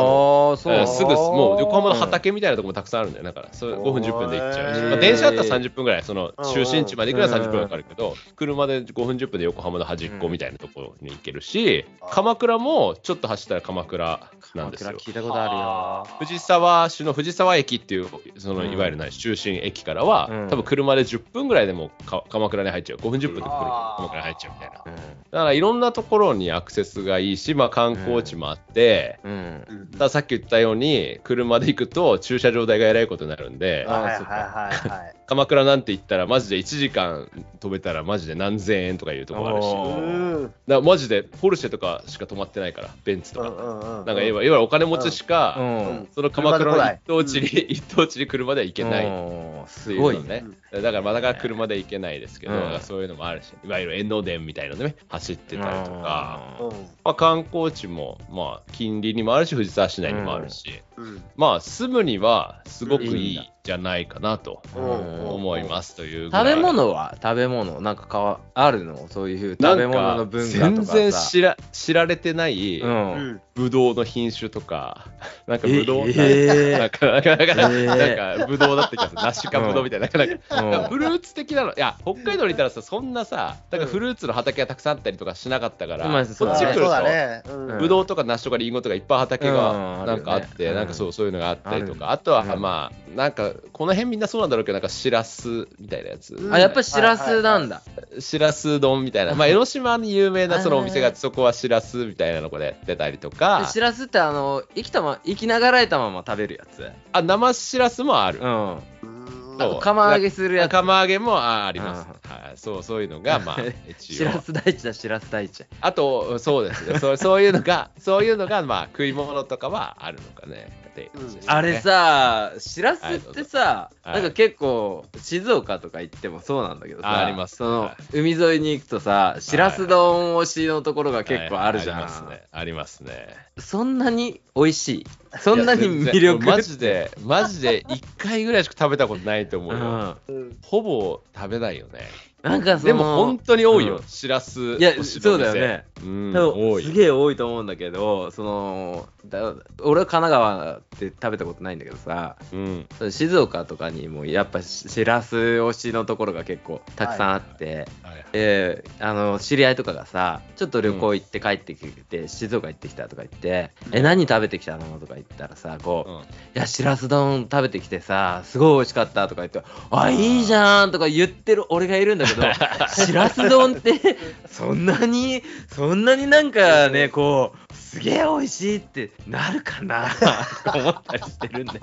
S1: ー、そ
S2: うんすぐもう横浜の
S1: うん
S2: 畑みたいなとこもたくさんあるんだよだからそう5分10分で行っちゃうし、
S3: へー
S2: まあ、電車だったら30分ぐらいその
S3: うん
S2: 中心地まで行くら
S1: うん
S2: 30分かかるけど車で5分10分で横浜の端っこみたいなところに行けるし
S3: うん
S2: 鎌倉もちょっと走ったら鎌倉なんですよ
S1: 鎌倉聞いたことあ
S2: 藤沢市の藤沢駅っていうその
S1: うん
S2: いわゆる何中心駅からは、
S1: うん
S2: 多分車で10分ぐらいでもうか鎌倉に入っちゃう5分10分で鎌倉に入っちゃうみたいな
S1: るよ。
S2: だからいろんなところにアクセスがいいし、まあ、観光地もあって、
S1: うん。うん。
S3: うん
S2: たださっき言ったように車で行くと駐車場代がえらいことになるんで
S3: はいはいはいはい。
S2: 鎌倉なんて言ったらマジで1時間止めたらマジで何千円とかいうとこもあるしだ
S1: お
S2: か
S1: ー
S3: うんうん
S2: らマジでポルシェとかしか止まってないからベンツとか、
S3: うんうん。
S2: なんかいわいわゆるお金持ちしか、
S1: うん。
S2: その鎌倉の
S3: 車で来ない
S2: 一等地に、一等地に車では行けない。
S1: うん
S2: って
S1: す
S2: いうの
S1: ご
S2: ね
S1: いね。
S2: だからまだから車で行けないですけど、
S1: うん
S2: だからそういうのもあるしいわゆる江ノ電みたいなのね走ってたりとか、
S1: うん。
S2: まあ、観光地も、まあ、近隣にもあるし藤沢市内にもあるし、
S3: うんうん
S2: まあ住むにはすごく
S1: いい
S2: い
S1: んだ
S2: いじゃないかなと
S1: うん
S2: 思いますというぐら
S1: 食
S2: い
S1: べ物は食べ物なんかかわあるのそういう
S2: な
S1: 食べ
S2: んか
S1: 物の文化とかさ
S2: 全然知ら知られてない
S1: うん
S3: う
S1: うん
S3: ん
S2: ブドウの品種とか、なんか
S1: え
S2: ブドウ、
S1: えー
S2: なんかなんかなんか
S1: えー
S2: なんかブドウだった気がする梨かブドウみたいななんかなんかフルーツ的なのいや北海道にいたらさそんなさなんかフルーツの畑がたくさんあったりとかしなかったから、
S1: まあ
S2: こっち
S1: そうだね
S2: 来る
S3: そう
S2: と、
S3: だね。うん
S1: うん
S2: ブドウとか梨とかリンゴとかいっぱい畑
S1: う
S2: が
S1: ん
S2: なんかあ
S1: あ
S2: っ
S1: る
S2: て、
S1: よね
S2: なんかそうそういうのがあったりと
S1: う
S2: か、
S1: ん
S2: あとは、
S1: うん
S2: まあなんかこの辺みんなそうなんだろうけどなんかしらすみたいなやつ、
S3: うん
S1: あやっぱりしらすなんだ
S2: しらす丼みたいなまあ江ノ島に有名なそのお店
S1: あ
S2: が
S1: ー
S2: そこはしらすみたいなのこでやってたりとか
S1: でしらすってあの生きたま生きながらえたまま食べるやつう
S2: あ生しらすもある、
S1: ん
S3: うん
S2: そう
S1: 釜揚げするやつ
S2: 釜揚げもああります、
S1: う
S2: はい、そうそういうの
S1: *laughs*
S2: がまあ一
S1: し
S2: 応
S1: らす大地だしらす大地
S2: あとそうですねそうそういうのがそういうのがまあ食い物とかはあるのかねって感じですね
S1: あれさしらす
S2: はい
S1: っ
S2: どうぞ
S1: てさ、
S2: はい
S1: なんか結構静岡とか行ってもそうなんだけどさ
S2: ああります
S1: その、
S2: は
S1: 海沿いに行くとさしらす丼推しのところが結構あるじゃん、
S2: はいありますねありますね
S1: そんなに美味しいそんないに
S2: や全然
S1: 魅力
S2: マジでマジで1回ぐらいしか食べたことないと思
S1: う
S2: うんよ、
S3: うん
S2: ほぼ食べないよね
S1: なんかその
S2: でも本当に多いよ、
S1: うん
S2: しらす
S1: いや
S2: 推し
S1: そ
S2: の
S1: うだよ
S2: 店
S1: ね
S2: うん
S1: 多分
S2: 多
S1: す
S2: い
S1: げえ多いと思うんだけどそのだ俺は神奈川で食べたことないんだけどさ
S2: うん
S1: その静岡とかにもやっぱししらす推しのところが結構たくさんあって、
S2: はいはい
S1: えーあの知り合いとかがさちょっと旅行行って帰ってきて、静岡行ってきたとか言って「え何食べてきたの?」とか言ったらさこう、
S2: うん
S1: いやしらす丼食べてきてさすごい美味しかった」とか言って「あいいじゃん」とか言ってる俺がいるん
S2: *laughs*
S1: だけどしらす丼ってそんなにそんなになんかねこうすげえ美味しいってなるかなとか思ったりしてるんだよ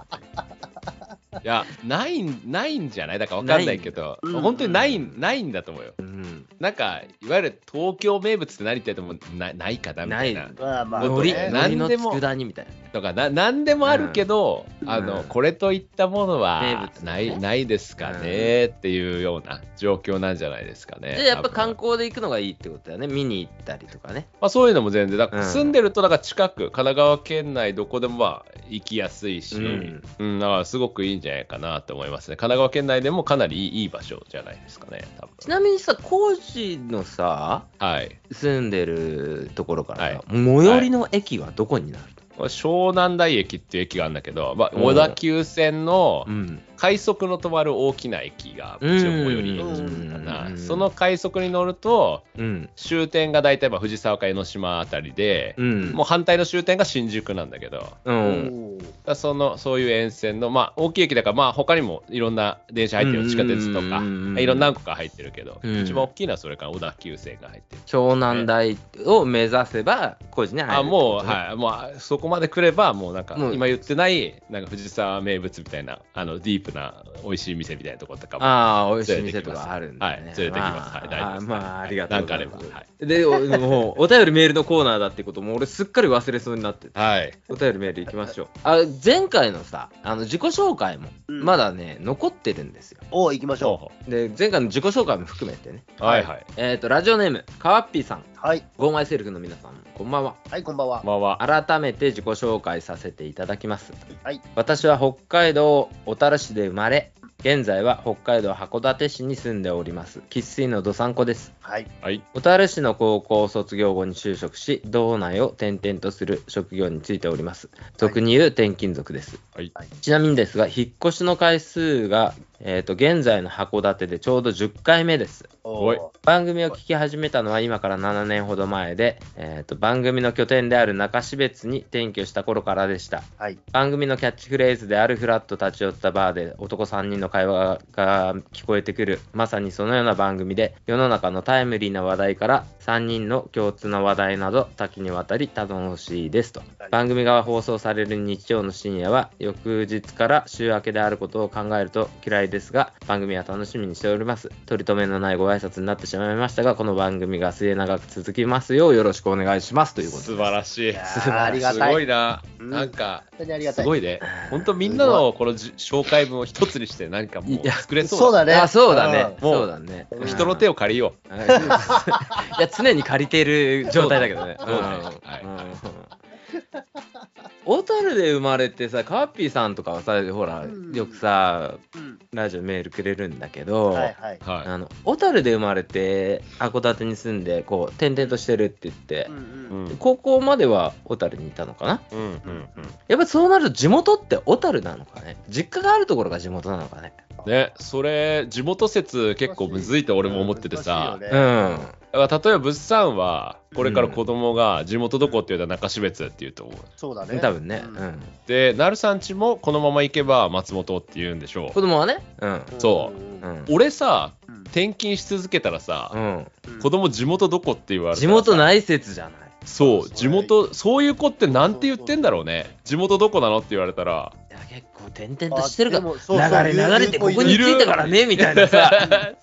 S2: いやないんないんじゃないだから分かんないけど
S1: ないんだ
S2: 本当にないんないんだと思うよ
S1: うん
S2: なんかいわゆる東京名物って何って言ってもなないかなみたいな
S1: ない
S3: まあまあ、
S1: 海苔
S2: 海ね
S1: 海苔の
S2: 何でも
S1: 佃煮みたいな
S2: とかな何でもあるけど、
S1: ん
S2: あ
S1: う
S2: の
S1: ん
S2: これといったもの
S1: 名
S2: は
S1: 物ね
S2: ない,、ないですかねっていうような状況なんじゃないですかね。
S1: でやっぱ
S2: 多分
S1: 観光で行くのがいいってことだよね見に行ったりとかね
S2: まあ、そういうのも全然だから
S1: うん
S2: 住んでるとだから近く、神奈川県内どこでもまあ行きやすいし、う
S1: うんん
S2: だからすごくいいんじゃないかなと思いますね神奈川県内でもかなりいいいい場所じゃないですかね多
S1: ち
S2: 分
S1: なみにさ高知のさ
S2: はい
S1: 住んでるところからさ、
S2: はい
S1: 最寄りの駅はどこになる
S2: これ湘南台駅っていう駅があるんだけど、まあ、
S1: うん
S2: 小田急線の
S1: うん
S2: 快速の止まる大きな駅が一応最寄り駅かな、
S1: うん
S2: その快速に乗ると
S1: うん
S2: 終点が大体まあ藤沢か江ノ島あたりで、
S1: うん
S2: もう反対の終点が新宿なんだけど
S1: う
S3: お
S1: ん
S3: ー
S2: だからそのそういう沿線の、まあ、大きい駅だから、まあ、他にもいろんな電車入ってるよ地下鉄と
S1: うんうん
S2: か
S1: うんうん
S2: いろんな何個か入ってるけど、
S1: うん
S2: 一番大きいのはそれから小田急線が入ってる。
S1: 湘南台を目指せば高知に入る
S2: あもう、
S1: い
S2: はい、もうあそこまで来れば、もうなんか、
S1: もう
S2: 今言ってない、なんか藤沢名物みたいな、あのディープな美味しい店みたいなところとかも、
S1: ああ美味しい店とかあるんだ、ね、
S2: 連れてきますはい連れてきますはい大丈夫
S1: あ
S2: です
S1: まあ、ありがとうございます
S2: なんかあ
S1: でお *laughs* もうお便りメールのコーナーだってことも俺すっかり忘れそうになってて
S2: はい、
S1: お便りメールいきましょうあ前回のさあの自己紹介も
S3: うん
S1: まだね、残ってるんですよ
S3: おー行きましょ
S2: ほ
S1: で前回の自己紹介も含めてね
S2: うはいはい、
S1: えっ、とラジオネームかわっぴーさん
S3: う。はい、
S1: ゴーマイセルフの皆さんこんばんは
S3: はい、こんばんは。
S2: まあまあ、
S1: 改めて自己紹介させていただきます
S3: はい、
S1: 私は北海道小樽市で生まれ現在は北海道函館市に住んでおります生粋のどさんこです
S3: はい、
S2: はい、
S1: 小樽市の高校を卒業後に就職し道内を転々とする職業についております俗に言う転勤族です、
S2: はい、
S1: ちなみにですが引っ越しの回数が、えー、と現在の函館でちょうど10回目です
S2: おい
S3: お
S1: 番組を聞き始めたのは今から7年ほど前で、えー、と番組の拠点である中標津に転居した頃からでした
S3: ーはい、
S1: 番組のキャッチフレーズであるフラッと立ち寄ったバーで男3人の会話が聞こえてくるまさにそのような番組で世の中のタイムリーな話題から3人の共通の話題など多岐にわたり楽しいですと
S3: はい
S1: 番組が放送される日曜の深夜は翌日から週明けであることを考えると嫌いですが番組は楽しみにしております取り留めのないご挨拶になってしまいましたがこの番組が末永く続きますようよろしくお願いしますということ
S2: 素
S1: で
S2: 晴らしい
S3: いや。ー
S2: 素晴らしい
S3: ありがたい
S2: すごいな、
S3: うん
S2: なんか、
S3: 本当にありがた
S2: す
S3: い。
S2: ごいね。本当みんなのこのじ紹介文を一つにして何かも
S1: いうや
S2: 作れそうだ
S3: そうだね。
S1: あそうだね
S3: ん。
S2: もう
S1: そうだね。
S2: 人の手
S1: を。
S2: を借り
S1: *laughs*
S2: よ
S1: いや、常に借りてる状態だけどね。
S2: *laughs* そう
S1: うん
S2: だねはい
S1: うん小樽で生まれてさ、カーピーさんとかはさ、ほら、
S3: うん
S1: よくさ、
S3: うん
S1: ラジオメールくれるんだけど、
S3: はい、はい。
S2: う。は
S1: あの小樽で生まれて函館に住んでこう転々としてるって言って
S3: うん、
S2: い。
S3: うん
S2: うん
S1: 高校までは小樽にいたのかな
S2: うん
S1: やっぱそうなると地元って小樽なのかね実家があるところが地元なのかね
S2: ね、それ地元説結構むずいと俺も思っててさ、
S3: 難しいよ
S1: う
S3: ね
S1: ん
S2: だから例えば物産はこれから子供が地元どこって言うたら中標津って言うと思う
S3: そうだね。
S1: 多分ね、
S3: う
S1: うんん、
S2: でなるさんちもこのまま行けば松本って言うんでしょ
S1: 子
S2: う
S1: 供はねうん
S2: そう
S3: うん
S1: うん
S2: 俺さ
S3: うん
S2: 転勤し続けたらさ、
S1: うん、
S3: うん
S2: 子供地元どこって言われた
S1: 地
S2: らさ
S1: 元ない説じゃない
S2: そう地元そういう子ってなんて言ってんだろうね地元どこなのって言われた
S3: *laughs*
S2: ら
S1: いや結構転々としてるか
S3: あでもそうそう
S1: ら流れ流れてここ
S2: い
S1: に
S2: る
S1: 着いたからねみたいなさ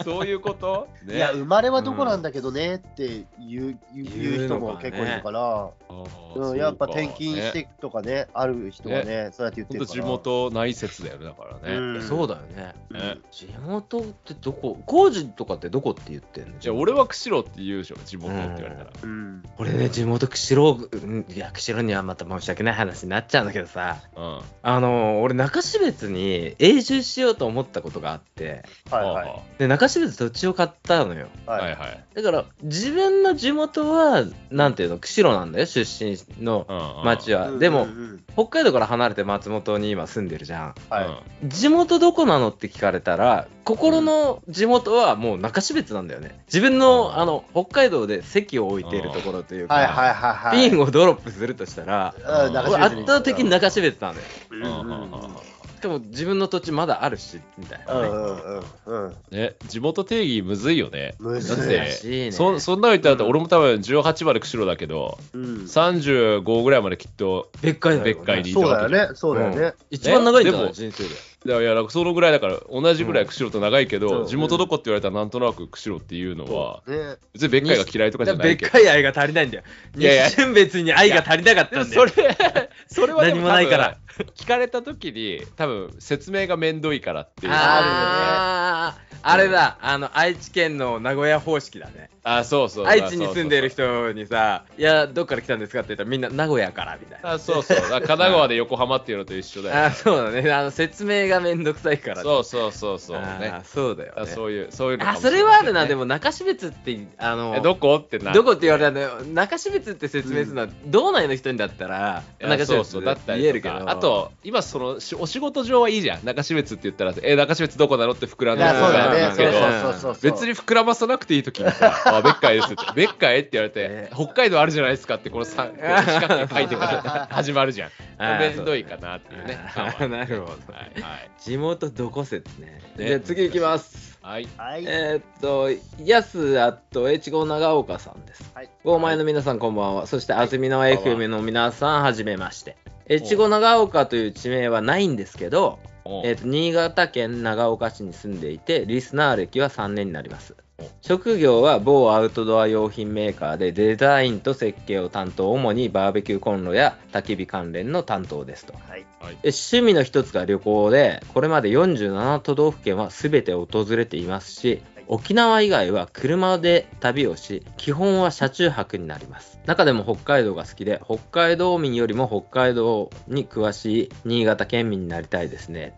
S2: そういうこと、ね、
S3: いや生まれはどこなんだけどねって言う,、言う
S1: 言う
S3: 人
S1: のかね
S3: も結構いるから、
S2: あー
S3: う
S2: そ
S3: ん、
S2: う
S3: やっぱ
S2: か
S3: 転勤し
S2: ね
S3: てとかねある人はねそうやって言っ
S2: ほ
S3: て
S2: んと
S3: るから
S2: 地元内説だよねだからね、
S3: うん
S1: そうだよね
S2: ね
S1: 地元ってどこ工事とかってどこって言ってんの
S2: じゃあ俺は釧路って言うでしょ地元って言われたら、
S3: うん
S1: 俺ね地元釧路うんいや釧路にはまた申し訳ない話になっちゃうんだけどさ
S2: うん
S1: あの俺中標津に永住しようと思ったことがあって
S3: はいはい
S1: で中標津土地を買ったのよ
S2: あー
S3: は
S2: はいいはい
S1: だから自分の地元はなんていうの釧路なんだよ出身の
S2: うんうん
S1: 町は、
S3: うん
S1: でも、
S3: うんうん
S1: 北海道から離れて松本に今住んでるじゃん
S3: はい
S2: うん
S1: 地元どこなのって聞かれたら心の地元はもう中標津なんだよね自分
S2: う
S1: の
S2: ん
S1: あの北海道で席を置いているところという
S3: はい
S1: か
S3: はいはいはい
S1: ピンをドロップするとしたら
S3: うん中
S1: 俺
S3: 標津
S1: 圧倒的に中標津なんだよ
S3: うん
S2: う
S3: うん
S2: うん
S3: んう
S2: うん
S3: ん
S2: うん
S1: しかも自分の土地まだあるしみたいうなね
S3: んうんうんうん
S2: ね、地元定義むずいよね。
S3: む
S2: だっ
S3: ずい
S1: 難
S2: て、
S1: しいね
S2: そそんなの言ったら俺も多分18まで釧路だけど、
S3: うん
S2: 35ぐらいまできっと
S1: 別海だよね
S2: 別海にいた
S3: そう
S2: わけ
S3: だ
S2: じゃん
S3: よねそうだよね
S1: 一番長いんだ
S2: で
S1: よ
S2: も
S1: 人生で
S2: いやいやなんかそのぐらいだから同じぐらい釧路と長いけど、
S3: うん
S2: 地元どこって言われたらなんとなく釧路っていうのは
S3: ね
S2: 別に別海が嫌いとかじゃな
S1: でっ
S2: いけど
S1: かい愛が足りないんだよ。
S2: いやいや
S1: 日進別に愛が足りなかっ
S2: で
S1: た
S2: も
S1: んだよ
S2: そ。れそれはで
S1: 何もないから
S2: 多分聞かれた時に多分説明が面倒いからっていうあ
S1: あーあれだ、あの愛知県の名古屋方式だね。
S2: あそうそう
S1: 愛知に住んでいる人にさ、いや、どっから来たんですかって言ったら、みんな名古屋からみたいな。
S2: あそうそうだから神奈川で横浜っていうのと一緒だよ、
S1: あーそうだね、あの説明がめんどくさいからね
S2: そうそうそうそう
S1: あ
S2: ね
S1: ーそうだよ、
S2: あ
S1: ね。
S2: そういうそういうのか
S1: あ、
S2: もし
S1: そ
S2: ないね
S1: れはあるな、でも中標津って、あの、
S2: えどこってな
S1: どこって言われたんだよ。中標津って説明するのは、道内の人にだったら、
S2: なん
S1: 中
S2: か
S1: 標
S2: そう
S1: 津
S2: そうだったり
S1: 言える
S2: と
S1: け
S2: か
S1: ど。
S2: あ、と今そのしお仕事上はいいじゃん中標津って言ったらえ中標津どこなのって膨らん
S3: い
S2: でる
S3: や
S2: と
S3: そうだ
S2: か
S3: ね
S2: あるけ
S3: そう
S2: ど
S3: そうそうそう
S2: 別に膨らまさなくていい時にさ
S1: *laughs*
S2: 「あ別海です」って「別海?」って言われて
S1: え
S2: 「北海道あるじゃないですか」ってこのさこの四角で書いてから始まるじゃん
S1: *laughs* あー
S2: めんどいかなっていうね
S1: そうだねあー *laughs* なるほど
S2: はいはい
S1: 地元どこ説ね。
S2: ね
S1: じゃあ次行きます。
S2: はい
S3: はい、
S1: えーっと、やすあと越後長岡さんです。
S3: はい
S1: お前の皆さんこんばんは。そして安曇野
S2: い
S1: FM の皆さんはじめまして。越後長岡という地名はないんですけど、
S2: お
S1: えーっと新潟県長岡市に住んでいて、リスナー歴は3年になります
S2: お。
S1: 職業は某アウトドア用品メーカーでデザインと設計を担当、主にバーベキューコンロや焚き火関連の担当ですと。
S3: はい、
S1: え趣味の一つが旅行でこれまで47都道府県は全て訪れていますし
S3: はい
S1: 沖縄以外は車で旅をし基本は車中泊になります中でも北海道が好きで北海道民よりも北海道に詳しい新潟県民になりたいですね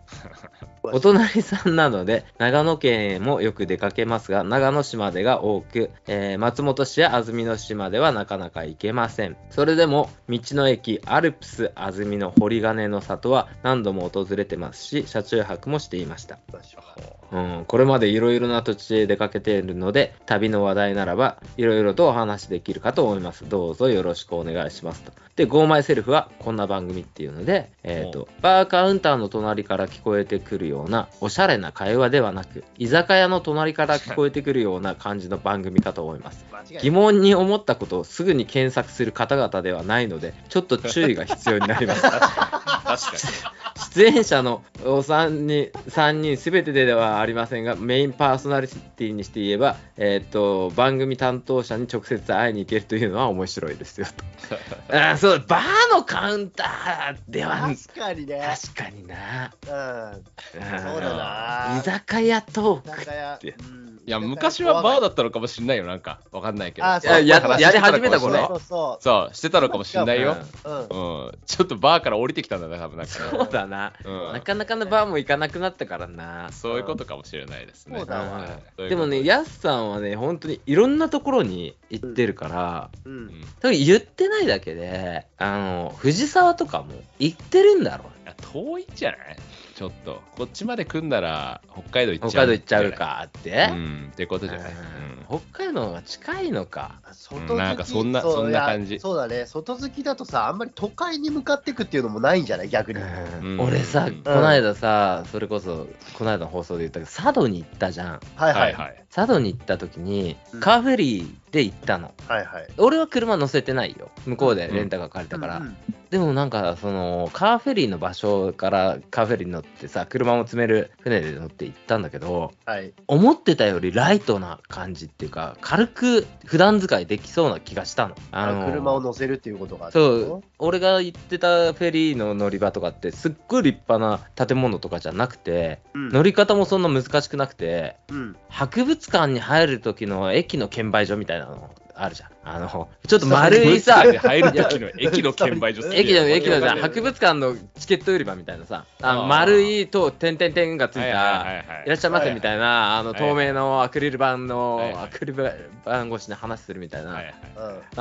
S1: お隣さんなので長野県へもよく出かけますが長野市までが多く、えー松本市や安曇野市まではなかなか行けませんそれでも道の駅アルプス安曇野堀金の里は何度も訪れてますし車中泊もしていましたうん、これまでいろいろな土地へ出かけているので旅の話題ならばいろいろとお話しできるかと思いますどうぞよろしくお願いしますとで「ゴーマイセルフ」はこんな番組っていうので、えー、とバーカウンターの隣から聞こえてくるようなおしゃれな会話ではなく居酒屋の隣から聞こえてくるような感じの番組かと思います
S3: 間違いない
S1: 疑問に思ったことをすぐに検索する方々ではないのでちょっと注意が必要になります *laughs*
S2: 確かに
S1: 出演者のお三人3人全てではありませんがメインパーソナリティにして言えば、えーっと番組担当者に直接会いに行けるというのは面白いですよとああそうバーのカウンターでは
S3: 確かにね、
S1: 確かにな
S3: うん、そう
S1: うん
S3: だな
S1: 居酒屋ト
S3: なん
S1: ーク
S3: かや、
S1: って
S3: うん
S2: いや昔はバー
S3: だ
S2: だったのかもしんないよなんかわかんないけど
S3: あ
S1: そういやややり始めた
S3: そ
S1: 頃
S3: う
S1: ね
S3: そうそ
S2: そうしてたのかもしんないよ
S3: う、うん
S2: う、んちょっとバーから降りてきたんだな多分なんかね
S1: そうだな、
S2: うん
S1: なかなかのバーも行かなくなったからな
S2: そういうことかもしれないですね
S3: そうだわ
S2: はいそういうこと
S1: でもねやすさんはね本当にいろんなところに行ってるから、
S3: うん
S2: うんい
S1: 多分言ってないだけで、あの、藤沢とかも行ってるんだろうね。
S2: や遠いんじゃないちょっとこっちまで来んなら北海道行っち
S1: 北
S2: ゃう
S1: 海道行っちゃうかって。
S2: うんってことじゃない、
S1: うん北海道の方が近いのか。
S3: 外好き
S2: うんなんかそんな
S3: う
S2: そんな感じ
S3: いやそうだね外好きだとさあんまり都会に向かってくっていうのもないんじゃない逆に、
S2: うん
S1: 俺さ、
S2: うん
S1: こないださ、それこそ、こないだの放送で言ったけど、佐渡に行ったじゃん。
S3: はい
S2: は
S3: はいい
S2: は
S3: はい
S1: 佐渡に行った時に
S3: う、ん
S1: カーフェリーで行ったの。
S3: いはい
S1: 俺は車乗せてないよ。向こうでレンタカー借りた
S3: だ
S1: から。
S3: うん
S1: でもなんか、その、カーフェリーの場所からカーフェリーに乗ってさ、車も積める船で乗って行ったんだけど、
S3: はい
S1: 思ってたよりライトな感じっていうか軽く普段使いできそうな気がしたの。あの
S3: 車を乗せるっていうことがあったの
S1: そう俺が行ってたフェリーの乗り場とかってすっごい立派な建物とかじゃなくて
S3: うん
S1: 乗り方もそんな難しくなくて
S3: うん
S1: 博物館に入る時の駅の券売所みたいなのあるじゃんあのちょっと丸いさ
S2: で入る時の駅の券売所
S1: *laughs* 駅の駅のじゃん
S2: はい
S1: 博物館のチケット売り場みたいなさあ
S2: あー
S1: の丸いと点々点がつい
S2: はい
S1: た
S2: はいはい
S1: いらっしゃいませみたいな、あの
S2: はい
S1: 透明のアクリル板
S2: はい
S1: の
S2: はい
S1: アクリル板越しに話するみたい
S2: はいは。
S1: ない
S3: うん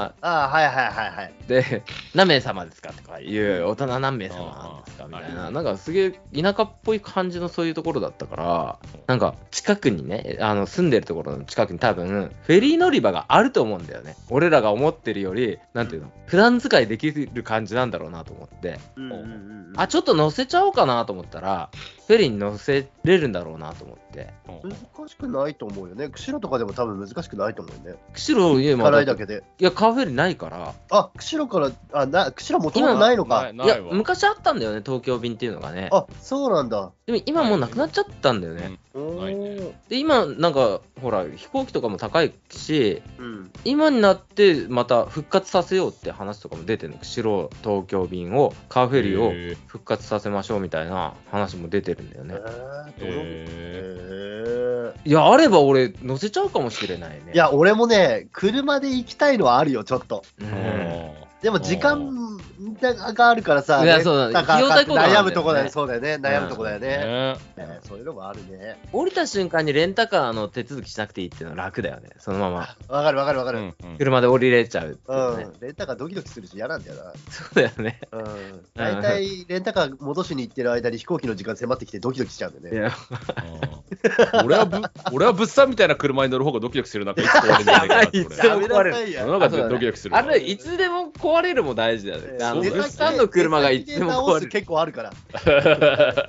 S3: あ
S1: あ
S3: あはいはいはいはい
S1: で、何名様ですかとかいう、大人何名様なんですか
S2: あー
S1: みたい
S2: は
S1: な、
S2: い
S1: なんかすげえ田舎っぽい感じのそういうところだったから、なんか近くにね、あの住んでるところの近くに多分、フェリー乗り場があると思うんだよね。俺らが思ってるより、なんていうの、普段使いできる感じなんだろうなと思って、
S3: うんうんうんうん
S1: あ、ちょっと乗せちゃおうかなと思ったら、フェリーに乗せれるんだろうなと思って。
S3: 難しくないと思うよね。釧路とかでも多分難しくないと思うよね。
S1: 釧路、今、
S3: 辛いだ
S1: い
S3: けで。
S1: や、カーフェリーないから、
S3: あ、釧路から、あ、な釧路もともとないのか。
S1: いや、昔あったんだよね、東京便っていうのがね。
S3: あ、そうなんだ。
S1: でも今もうなくなっちゃったんだよね。
S3: お
S2: ない
S3: ー
S2: ね
S1: で、今、なんか、ほら、飛行機とかも高いし、
S3: うん。
S1: 今になってまた復活させようって話とかも出てるの釧路東京便をカーフェリーを
S2: え
S1: 復活させましょうみたいな話も出てるんだよ
S3: え
S1: ね、
S3: ー、どう
S2: え
S3: え
S1: いやあれば俺乗せちゃうかもしれないね
S3: ーいや、俺もね、車で行きたいのはあるよ、ちょっと。
S1: うん
S3: でも時間があるからさ、
S1: いやそうだ
S3: レンタカー買
S1: 費用対
S3: って
S1: 効果なんだよね
S3: 悩むとこだよね、そうだよね、悩むとこだよね。
S2: ね
S3: ねそういうのもあるね。
S1: 降りた瞬間にレンタカーの手続きしなくていいっていうのは楽だよねそのまま
S3: わかるわかるわか
S2: う
S3: る。
S2: んうん
S1: 車で降りれちゃうっていううんね、
S3: レンタカードキドキするし嫌なんだよな。
S1: そうだよね
S3: うん。大体、レンタカー戻しに行ってる間に飛行機の時間迫ってきてドキドキしちゃうんだ
S1: い
S3: よね。
S1: や
S2: 俺はぶ俺は物産みたいな車に乗る方がドキドキするなんかいつ壊れるんじゃないかなって俺
S1: いや
S3: やめなさい
S2: 世
S3: や。
S2: の中でドキドキする
S1: あれいつでも壊れるも大事だよ
S3: え
S1: ね
S3: ー
S1: あの物
S2: そうだよ
S1: 産の車がいつでも壊
S3: 直
S1: れ
S3: す
S1: る
S3: 結構あるから。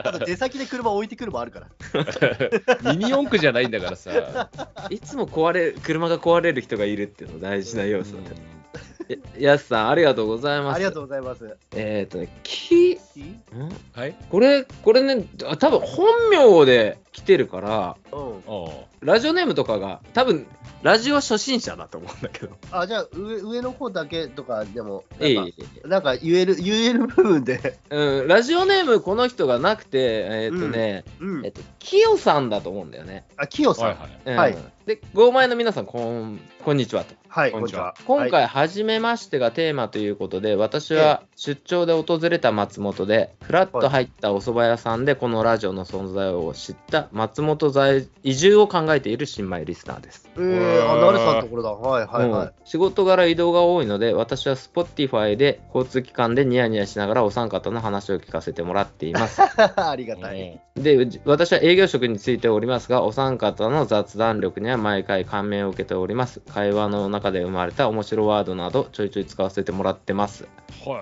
S3: あと出先で車置いてくるもあるから。
S2: ミニ四駆じゃないんだからさ
S1: いつも壊れ車が壊れる人がいるっていうの大事な要素だね
S2: うん
S1: えやすさん、ありがとうございます。
S3: ありがと
S1: う。
S3: うございます。
S1: えっ、とね、き、ん
S3: いい
S2: はい
S1: これ、これね、あ多分本名で来てるから、
S3: うん。
S2: おう
S1: ラジオネームとかが、多分ラジオ初心者だと思うんだけど。
S3: あ、じゃあ上上の方だけとかでも、なんか
S1: えい
S3: なんか言える、言える部分で。
S1: うん、ラジオネームこの人がなくて、えっ、とね、
S3: う
S1: えっ、
S3: ん。
S1: と、きよさんだと思うんだよね。
S3: あ、キヨさ
S2: はい
S3: ん。
S2: はい
S1: うん、
S3: はい。
S1: で、ゴーマイの皆さん、こん、こんにちはと。
S3: はい、
S2: こん
S3: こん
S2: に
S3: に
S2: ち
S3: ち
S2: は
S3: は。
S1: 今回、初めましてがテーマということで、私は出張で訪れた松本で、ふらっと入ったお蕎麦屋さんで、このラジオの存在を知った松本在移住を考えている新米リスナーです。
S3: えー、あ、なるさんのところだ。はいはいは
S1: う
S3: い
S1: ん。仕事柄移動が多いので、私は Spotify で交通機関でニヤニヤしながらお三方の話を聞かせてもらっています。
S3: *laughs* ありがたい。
S1: でうち私は営業職についておりますがお三方の雑談力には毎回感銘を受けております会話の中で生まれた面白ワードなどちょいちょい使わせてもらってます
S2: は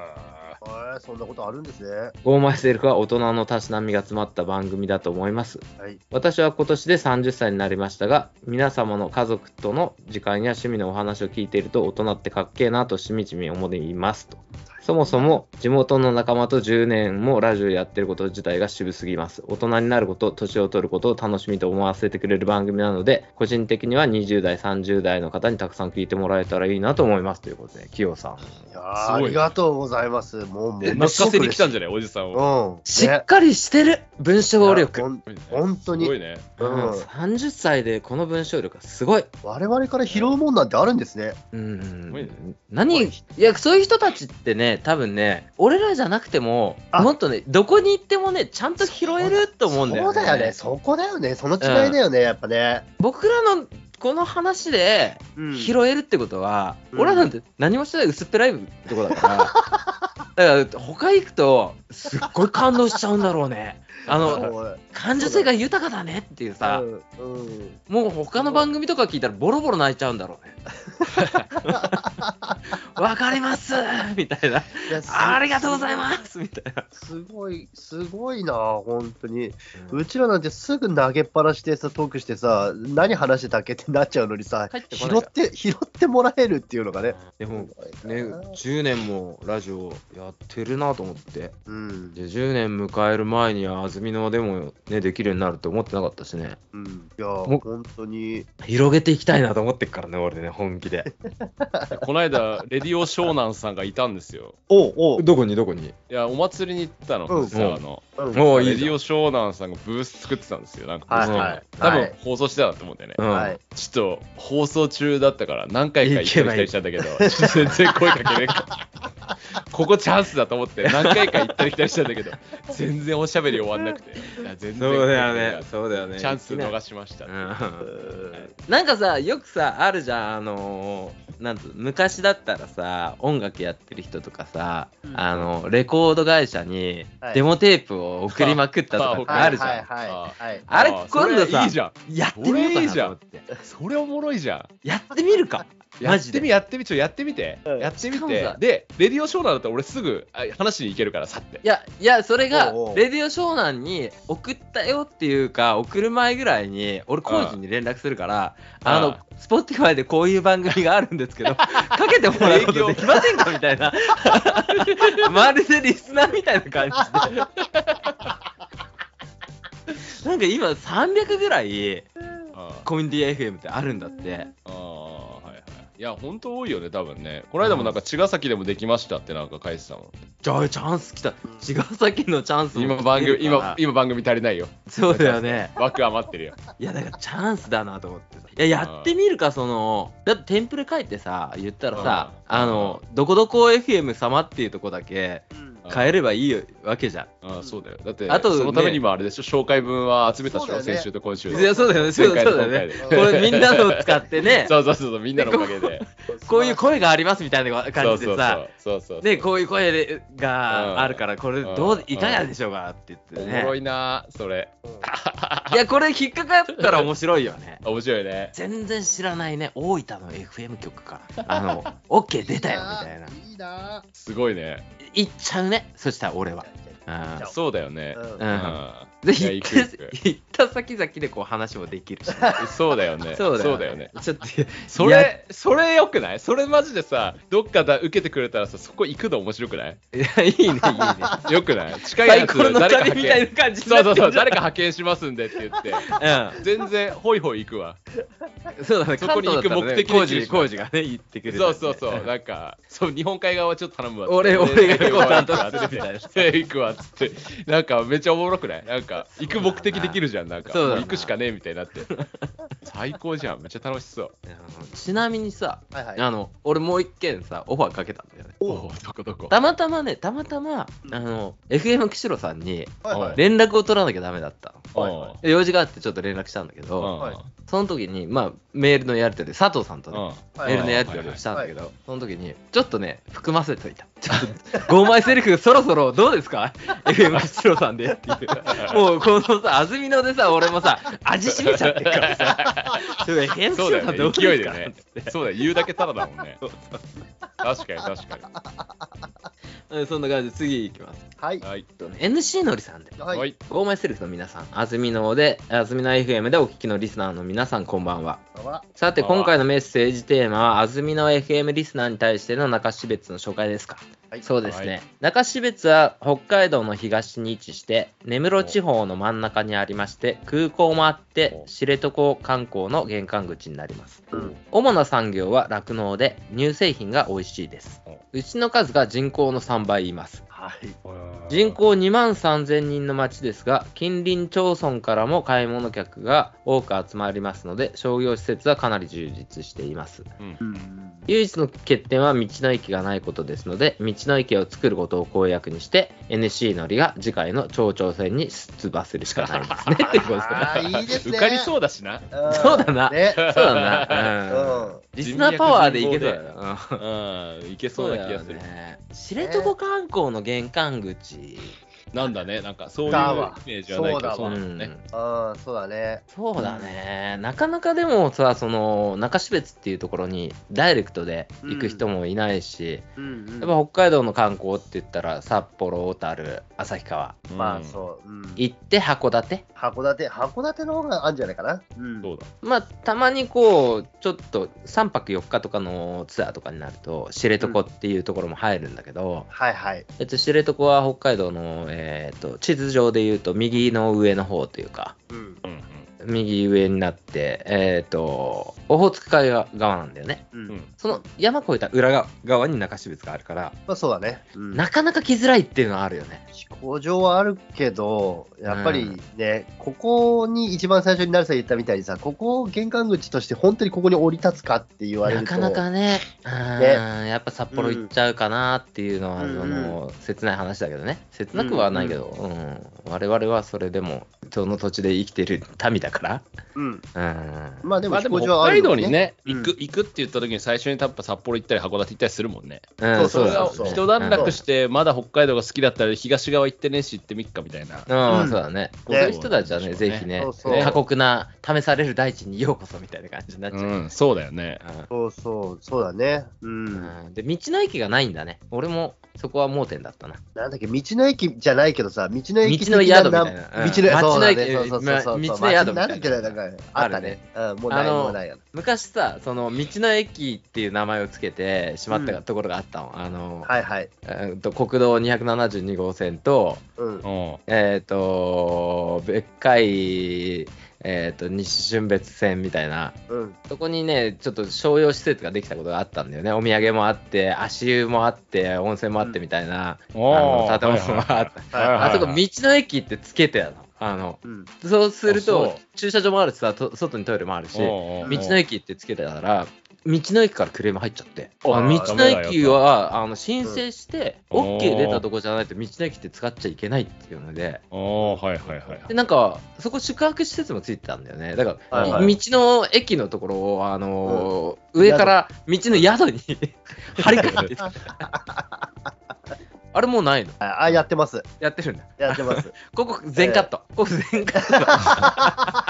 S3: はい、そんなことあるんですね。
S1: ゴーマイセルフは大人のたしなみが詰まった番組だと思います
S3: はい。
S1: 私は今年で30歳になりましたが皆様の家族との時間や趣味のお話を聞いていると大人ってかっけえなとしみじみ思いますとそもそも地元の仲間と10年もラジオやってること自体が渋すぎます大人になること年を取ることを楽しみと思わせてくれる番組なので個人的には20代30代の方にたくさん聞いてもらえたらいいなと思いますということでキヨさん
S3: いや
S2: す
S3: ー
S2: ご
S3: あ
S2: いね
S3: りがとうございます。もう、もう、
S2: 泣かせに来たん
S3: じ
S2: じゃないおじさんを
S3: ゃん。うん。
S1: しっ
S3: ね
S1: かりしてる文章力、
S3: いやほん本当に
S2: すごいね
S3: うん
S1: うん30歳でこの文章力はすごい
S3: 我々から拾うもんなんてあるんですね。
S1: うんうん
S2: ごいね
S1: 何いやそういう人たちってね多分ね俺らじゃなくても
S3: あ
S1: もっとねどこに行ってもねちゃんと拾えると思うんだよね
S3: そうだよね。そこだよね。その違いだよね、やっぱね。
S1: 僕らのこの話で
S3: うん
S1: 拾えるってことは、
S3: うん
S1: 俺らなんて何もしてない薄っぺらいとこだ
S3: *laughs*
S1: から、だから他行くとすっごい感動しちゃうんだろうねあの
S3: そう
S1: 感受性が豊かだねっていうさ、
S3: うんうん
S1: もう他の番組とか聞いたらボロボロ泣いちゃうんだろう
S3: *laughs*
S1: ねわかりますみたいない
S3: やす
S1: ありがとうございますみたいな。
S3: すごい、すごいな、本当に。うちらなんてすぐ投げっぱなしでさ、トークしてさ、何話してたっけってなっちゃうのにさ
S1: 帰っ、てこ
S3: 拾
S1: ない
S3: っ
S1: か
S3: て、拾ってもらえるっていうのがね。
S1: でもね、
S3: ね
S1: 10年もラジオやってるなと思って、
S3: うん
S1: で10年迎える前には安曇野でもね、できるようになると思ってなかったしね、
S3: うん、いや、
S1: も
S3: 本当に。
S1: 広げていきたいなと思ってっからね、俺ね、本気で。
S2: この間レディオ湘南さんがいたんですよ
S3: おうおう、
S1: *laughs* どこにどこに
S2: いやお祭りに行ったの
S3: うん
S2: 実はあの
S3: うん
S1: もうい
S2: レ
S1: い
S2: デ
S1: じゃ
S2: ィ
S1: ん。
S2: オ湘南さんがブース作ってたんですよなんか
S3: はい
S1: はい
S2: 多
S3: は
S2: 分
S3: い
S2: 放送してたんだと思うんだよね
S1: うん
S3: はい。
S2: ちょっと放送中だったから何回か行ったり来たりしたんだけど、ちょっと全然声かけない
S1: *laughs*
S2: から。ここチャンスだと思って何回か行ったり来たりしたんだけど、全然おしゃべり終わんなくて。いや全然
S1: そうだよね、そうだよね。
S2: チャンス逃しました。
S1: う
S2: は
S1: ん
S2: い
S1: なんかさ、よくさ、あるじゃん、あのーなんつう昔だったらさ音楽やってる人とかさ、
S3: うん
S1: あのレコード会社に
S3: はい
S1: デモテープを送りまくったとかって
S2: はい
S1: あるじゃん、
S3: はいはいはいはい
S1: あれ
S2: ー
S1: 今度さ
S2: それいいじゃん。
S1: やってみよう
S2: それい
S1: か
S2: い
S1: なと
S2: じゃん
S1: 思って
S2: それおもろいじゃん。
S1: やってみるか
S2: や
S1: マ
S2: っ
S1: ジ
S2: てみ
S1: で
S2: やってみちょやってみて、
S3: うん
S2: やってみ
S1: しかも
S2: て
S1: さ
S2: でレディオショーナーだったら俺すぐあ話に行けるからさって
S1: いやいやそれが
S3: おうおう
S1: レディオ湘南に送ったよっていうか送る前ぐらいに俺コージに連絡するから
S2: ああ
S1: あの Spotify でこういう番組があるんですけどかけてもらうことできませんかみたいなまるでリスナーみたいな感じで。なんか今300ぐらい
S2: あ
S1: コミュニティ FM ってあるんだって
S2: あはいはいいや本当多いよね多分ねこの間もなんか茅ヶ崎でもできましたってなんか書いてたもん、
S1: じゃあチャンス来た茅ヶ崎のチャンスも来てるか
S2: 今番組今
S1: ら
S2: 今番組足りないよ
S1: そうだよね
S2: 枠余って
S1: *laughs*
S2: るよ
S1: いやだからチャンスだなと思ってさいややってみるかそのだってテンプレ書いてさ言ったらさ
S2: うん
S1: あのどこどこ FM 様っていうとこだけ
S3: うん
S1: 変えればいいわけじゃん
S2: ああそうだよだって
S1: あとね
S2: そのためにもあれでしょ紹介文は集めたでし
S3: そう
S2: ょ、
S3: だよね
S2: 先週と今週の
S1: いやそうだよねそうだ
S2: 前
S1: よ
S2: 回
S1: ねそうだ
S2: と
S1: よねこ
S2: 今回で
S1: れみんなのを使ってね
S2: *laughs* そうそうそうそうみんなのおかげで
S1: こういう声がありますみたいな
S2: そ
S1: 感
S2: う
S1: じ
S2: そ
S1: で
S2: う
S1: さ
S2: そうそうそう
S1: ねこういう声
S2: うん
S1: があるからこれど
S2: うん
S1: ういかがでしょうかって言っ
S2: お
S1: て
S2: もろ
S1: ね
S2: いなそれ
S1: いやこれ引っかかったら面白いよね
S2: 面白いね
S1: 全然知らないね大分の FM 局からあの OK 出たよみたいない
S3: いな。
S2: すごいね
S1: 行っちゃうねそしたら俺はうん
S3: じゃあ
S2: そうだよね
S3: うん
S1: うん
S2: う
S1: で
S2: いや
S1: 行
S2: 行
S1: っ
S2: く行
S1: た
S2: く
S1: 行った先々でこう話もできるし、
S2: んそうだよね。
S1: *laughs* そうだよね
S2: ね。
S1: ちょっと
S2: そ
S1: いや
S2: れ、それよくないそれマジでさ、どっかだ受けてくれたらさ、そこ行くの面白くない
S1: いやいいねい *laughs* いね
S2: よくない近いや
S1: 最
S2: つ
S1: 高の
S2: 誰か
S1: 旅
S2: 派
S1: みたい
S2: 遣。
S1: な感じに
S2: そ
S1: な
S2: うそ
S1: ってる
S2: うそう、
S1: じゃん
S2: 誰か派遣しますんでって言って、全然ホイホイ行くわ。
S1: うんそうだね
S2: そこに行く目的で
S1: 工事工事がね行ってくれた
S2: そ
S1: ら
S2: う
S1: ね
S2: そうそう、なんか、そう、日本海側はちょっと頼むわ。
S1: 俺俺がこう担当するみたいな
S2: て。 *laughs* 行くわっつって、なんかめっちゃおもろくないなんか、行く目的できるじゃん、なんか、
S1: そうだな
S2: もう行くしかねえみたいになって。最高じゃん、めっちゃ楽しそう。
S1: うん *laughs* ちなみにさ
S3: はいはい。
S1: あの俺もう一件さオファーかけたんだよね
S2: おお、どこどこ。
S1: たまたまねたまたま
S3: うん
S1: あの FM 釧路さんに
S3: はいはい。
S1: 連絡を取らなきゃダメだったの
S2: おう
S1: で用事があってちょっと連絡したんだけ
S2: う
S1: ど
S2: ん
S3: はい
S1: その時にまあメールのやり取りで佐藤さんとね
S2: うん
S3: は
S1: メー
S3: い
S1: ルの
S2: ね
S1: やり取りをしたんだけど、その時に、ちょっとね、含ませといた。ちょっと、ゴーマイセルフ、そろそろどうですか ?FM 七郎さんでって
S2: *laughs*
S1: いう。もう、このさ、安曇野でさ、俺もさ、味しめちゃってるからさ、ちょっと FM
S2: そ
S1: 七郎
S2: うだよ
S1: さん
S2: ね
S1: どう
S2: 勢い
S1: です
S2: で
S1: か、
S2: ね。 *laughs* そうだよ、言うだけただだもんね。確かに確か
S1: うんそんな感じで、次いきます。
S3: はい
S2: に。。はい。
S1: NC のりさんで。
S3: はい。
S2: はい。
S1: ゴーマイセルフの皆さん、安曇野で、安曇野 FM でお聞きのリスナーの皆さん、こんばんは。さて
S2: こんばんは
S1: 今回のメッセージテーマは安曇野 FM リスナーに対しての中標別の紹介ですか、
S3: はい
S1: そうですね、
S2: はい
S1: 中標別は北海道の東に位置して根室地方の真ん中にありまして空港もあって
S2: お
S1: 知床観光の玄関口になります
S3: うん
S1: 主な産業は酪農で乳製品が美味しいです
S2: お
S1: 牛の数が人口の3倍います
S3: はい。
S1: 人口2万3000人の町ですが近隣町村からも買い物客が多く集まりますので商業施設はかなり充実しています
S3: うん。
S1: 唯一の欠点は道の駅がないことですので道の駅を作ることを公約にして NC のりが次回の町長選に出馬するしかないで
S2: *laughs*
S1: すね *laughs* っていうことですね
S3: あーいいですね。
S2: 受かりそうだしな。
S3: うん。
S1: そうだな
S3: ね。
S1: そうだな、うん
S3: うん
S1: リスナーパワーでいけそうだな、うん
S2: うん、いけそうな気がする。
S1: ね知床観光の玄関口、
S2: なんだね、なんかそういうイ
S3: だわ
S2: メージはないけど、
S3: そ
S2: そうう
S3: う
S2: なんだ
S1: ん
S2: ね。、
S3: ああ、そうだね。
S1: そうだね、なかなかでもさその中標津っていうところにダイレクトで行く人もいないし、
S3: うんうん。
S1: やっぱ北海道の観光って言ったら札幌小樽旭川
S3: まあ
S2: う
S3: そう。うん。
S1: 行って函館
S3: 函館、函館の方があるんじゃないかな。うん
S2: ん。そうだ。
S1: まあたまにこうちょっと3泊4日とかのツアーとかになると知床っていうところも入るんだけど、
S3: はいはい。
S1: えっと、知床は北海道の、えーっと地図上でいうと右の上の方というか
S3: うん。
S2: うん
S1: 右上になって、えーっとオホーツク海側なんだよね
S3: う。
S2: うんん。う
S3: ま
S2: ん
S1: その山越えた裏側側に中標津があるから
S3: あそうだね。うん。
S1: なかなか来づらいっていうのはあるよね
S3: 飛行場はあるけど、やっぱりね、ここに一番最初になるさん言ったみたいにさ、ここを玄関口として本当にここに降り立つかって言われ
S1: な
S3: ると、
S1: かなかねうんやっぱ札幌行っちゃうかなっていうのは、
S3: うん
S1: その切ない話だけどね切なくはないけど、うん我々はそれでもその土地で生きてる民だから。
S3: うん。
S1: うん。
S3: まあで
S2: ま
S3: も
S2: あで
S3: 飛
S2: も
S3: 行
S2: 北
S3: 場はあ
S2: 海
S3: る
S2: 道
S3: もん
S2: に。ね、
S3: うん
S2: 行く行くって言った時に最初にやっぱ札幌行ったり函館行ったりするもんね。
S1: うん、
S3: そ
S1: そうう
S3: そ
S1: だ
S3: うそう
S1: ね。
S2: 一段落して、まだ北海道が好きだったら東側行ってねえし行ってみっかみたいな。
S1: うん、
S3: うん
S1: そうだね。そういう人たちはね、
S2: ね、
S1: ぜひね
S3: そうそう
S1: 過酷な試される大地にようこそみたいな感じになっちゃう。
S2: うん、そうだよね。
S3: そうそう、そうだね。うん。
S1: うんうんで、道の駅がないんだね。俺もそこは盲点だったな。
S3: なんだっけ、道の駅じゃないけどさ、道の
S1: 道の
S3: 駅
S1: 宿みたいな。うん
S3: 道の
S1: 町
S3: そう
S1: の
S3: だ
S1: 駅
S3: ね、そうそうそうそう。
S1: ま道の宿みた
S3: なんだっけ
S1: い
S3: なん
S1: な。
S3: かあったね。うん、もうない、
S1: あの
S3: もうないよ。
S1: 昔さ、その道の駅っていう名前をつけてしまった
S3: う
S1: がところがあったの。あの、
S3: はいはい。
S1: えーと国道272号線と、
S3: うん。
S2: うん。
S1: えっ、と、別海、えっ、と、西春別線みたいな。
S3: うん。
S1: そこにね、ちょっと商用施設ができたことがあったんだよね。お土産もあって、足湯もあって、温泉もあってみたいな、あの建物もあった。
S3: はい
S1: あそこ、道の駅ってつけてたの。あの、
S3: うん。
S1: そうする
S2: あそ
S1: と
S2: う、
S1: 駐車場もあるしさ、と外にトイレもあるし、道
S2: 道
S1: の駅ってつけてたら、道の駅からクレーム入っちゃって。
S2: あ
S1: あの
S2: ダ
S1: 道
S2: メ
S1: の
S2: だよ
S1: 駅は、あの、申請して、
S2: うん
S1: OK 出たとこじゃないと道の駅って使っちゃいけないっていうので、
S2: おーはいはいはい。
S1: でなんかそこ宿泊施設もついてたんだよねだから、
S3: はいはい
S1: 道の駅のところを、あのー上から道の宿に *laughs* 張り替えてたあれもうないの
S3: あ、あやってます。
S1: やってるんだ
S3: やっ
S1: *laughs*
S3: てます。
S1: ここ全カット、ここ全カッ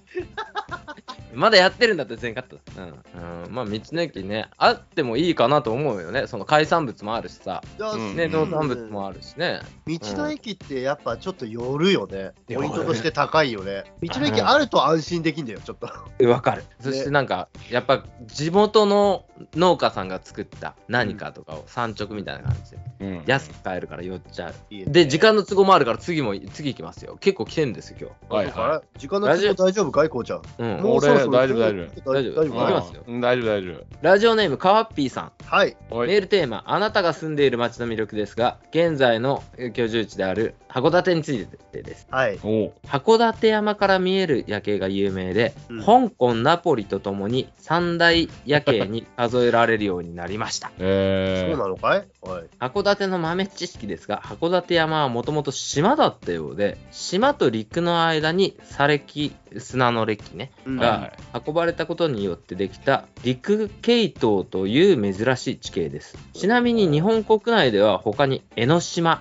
S1: トまだやってるんだったら全カットだうん、うん、まあ道の駅ねあってもいいかなと思うよねその海産物もあるしさ、
S2: うん
S1: ね、農産物
S3: あ
S1: もあるしね、
S3: 道の駅ってやっぱちょっと寄るよね。
S1: うん
S3: ポイントとして高いよね。道の駅あると安心できんだよ、ちょっと。
S1: わかるそしてなんかやっぱ地元の農家さんが作った何かとかを産直みたいな感じで
S2: うん
S1: 安く買えるから寄っちゃう
S3: いいよね
S1: で時間の都合もあるから次も次行きますよ結構来てんですよ
S2: はいは
S3: 時間の都合大丈夫かいこうちゃん。
S1: 今日、うん、
S3: もうそろそ
S2: 俺
S3: ろ
S2: 大丈夫大丈
S1: 夫
S3: 大丈夫。大
S1: 行き
S2: い。
S3: 丈
S1: ま
S3: 夫
S1: すよ
S2: うん大丈夫大丈
S1: ラジオネームかわっぴーさん
S3: 夫。はい。
S2: 夫。お
S1: メ
S2: い。
S1: ールテーマ「あなたが住んでいる町の魅力」ですが現在の居住地である函館についてです
S3: はい。
S2: お
S1: 函館山から見える夜景が有名で、
S3: うん
S1: 香港ナポリとともに三大夜景に数えられるようになりました
S3: そう
S2: えー
S3: なのかいはい。
S1: 函館の豆知識ですが函館山はもともと島だったようで島と陸の間に砂礫砂の礫ね
S3: うん
S2: はいはい
S1: が運ばれたことによってできた陸系統という珍しい地形ですちなみに日本国内では他に江ノ島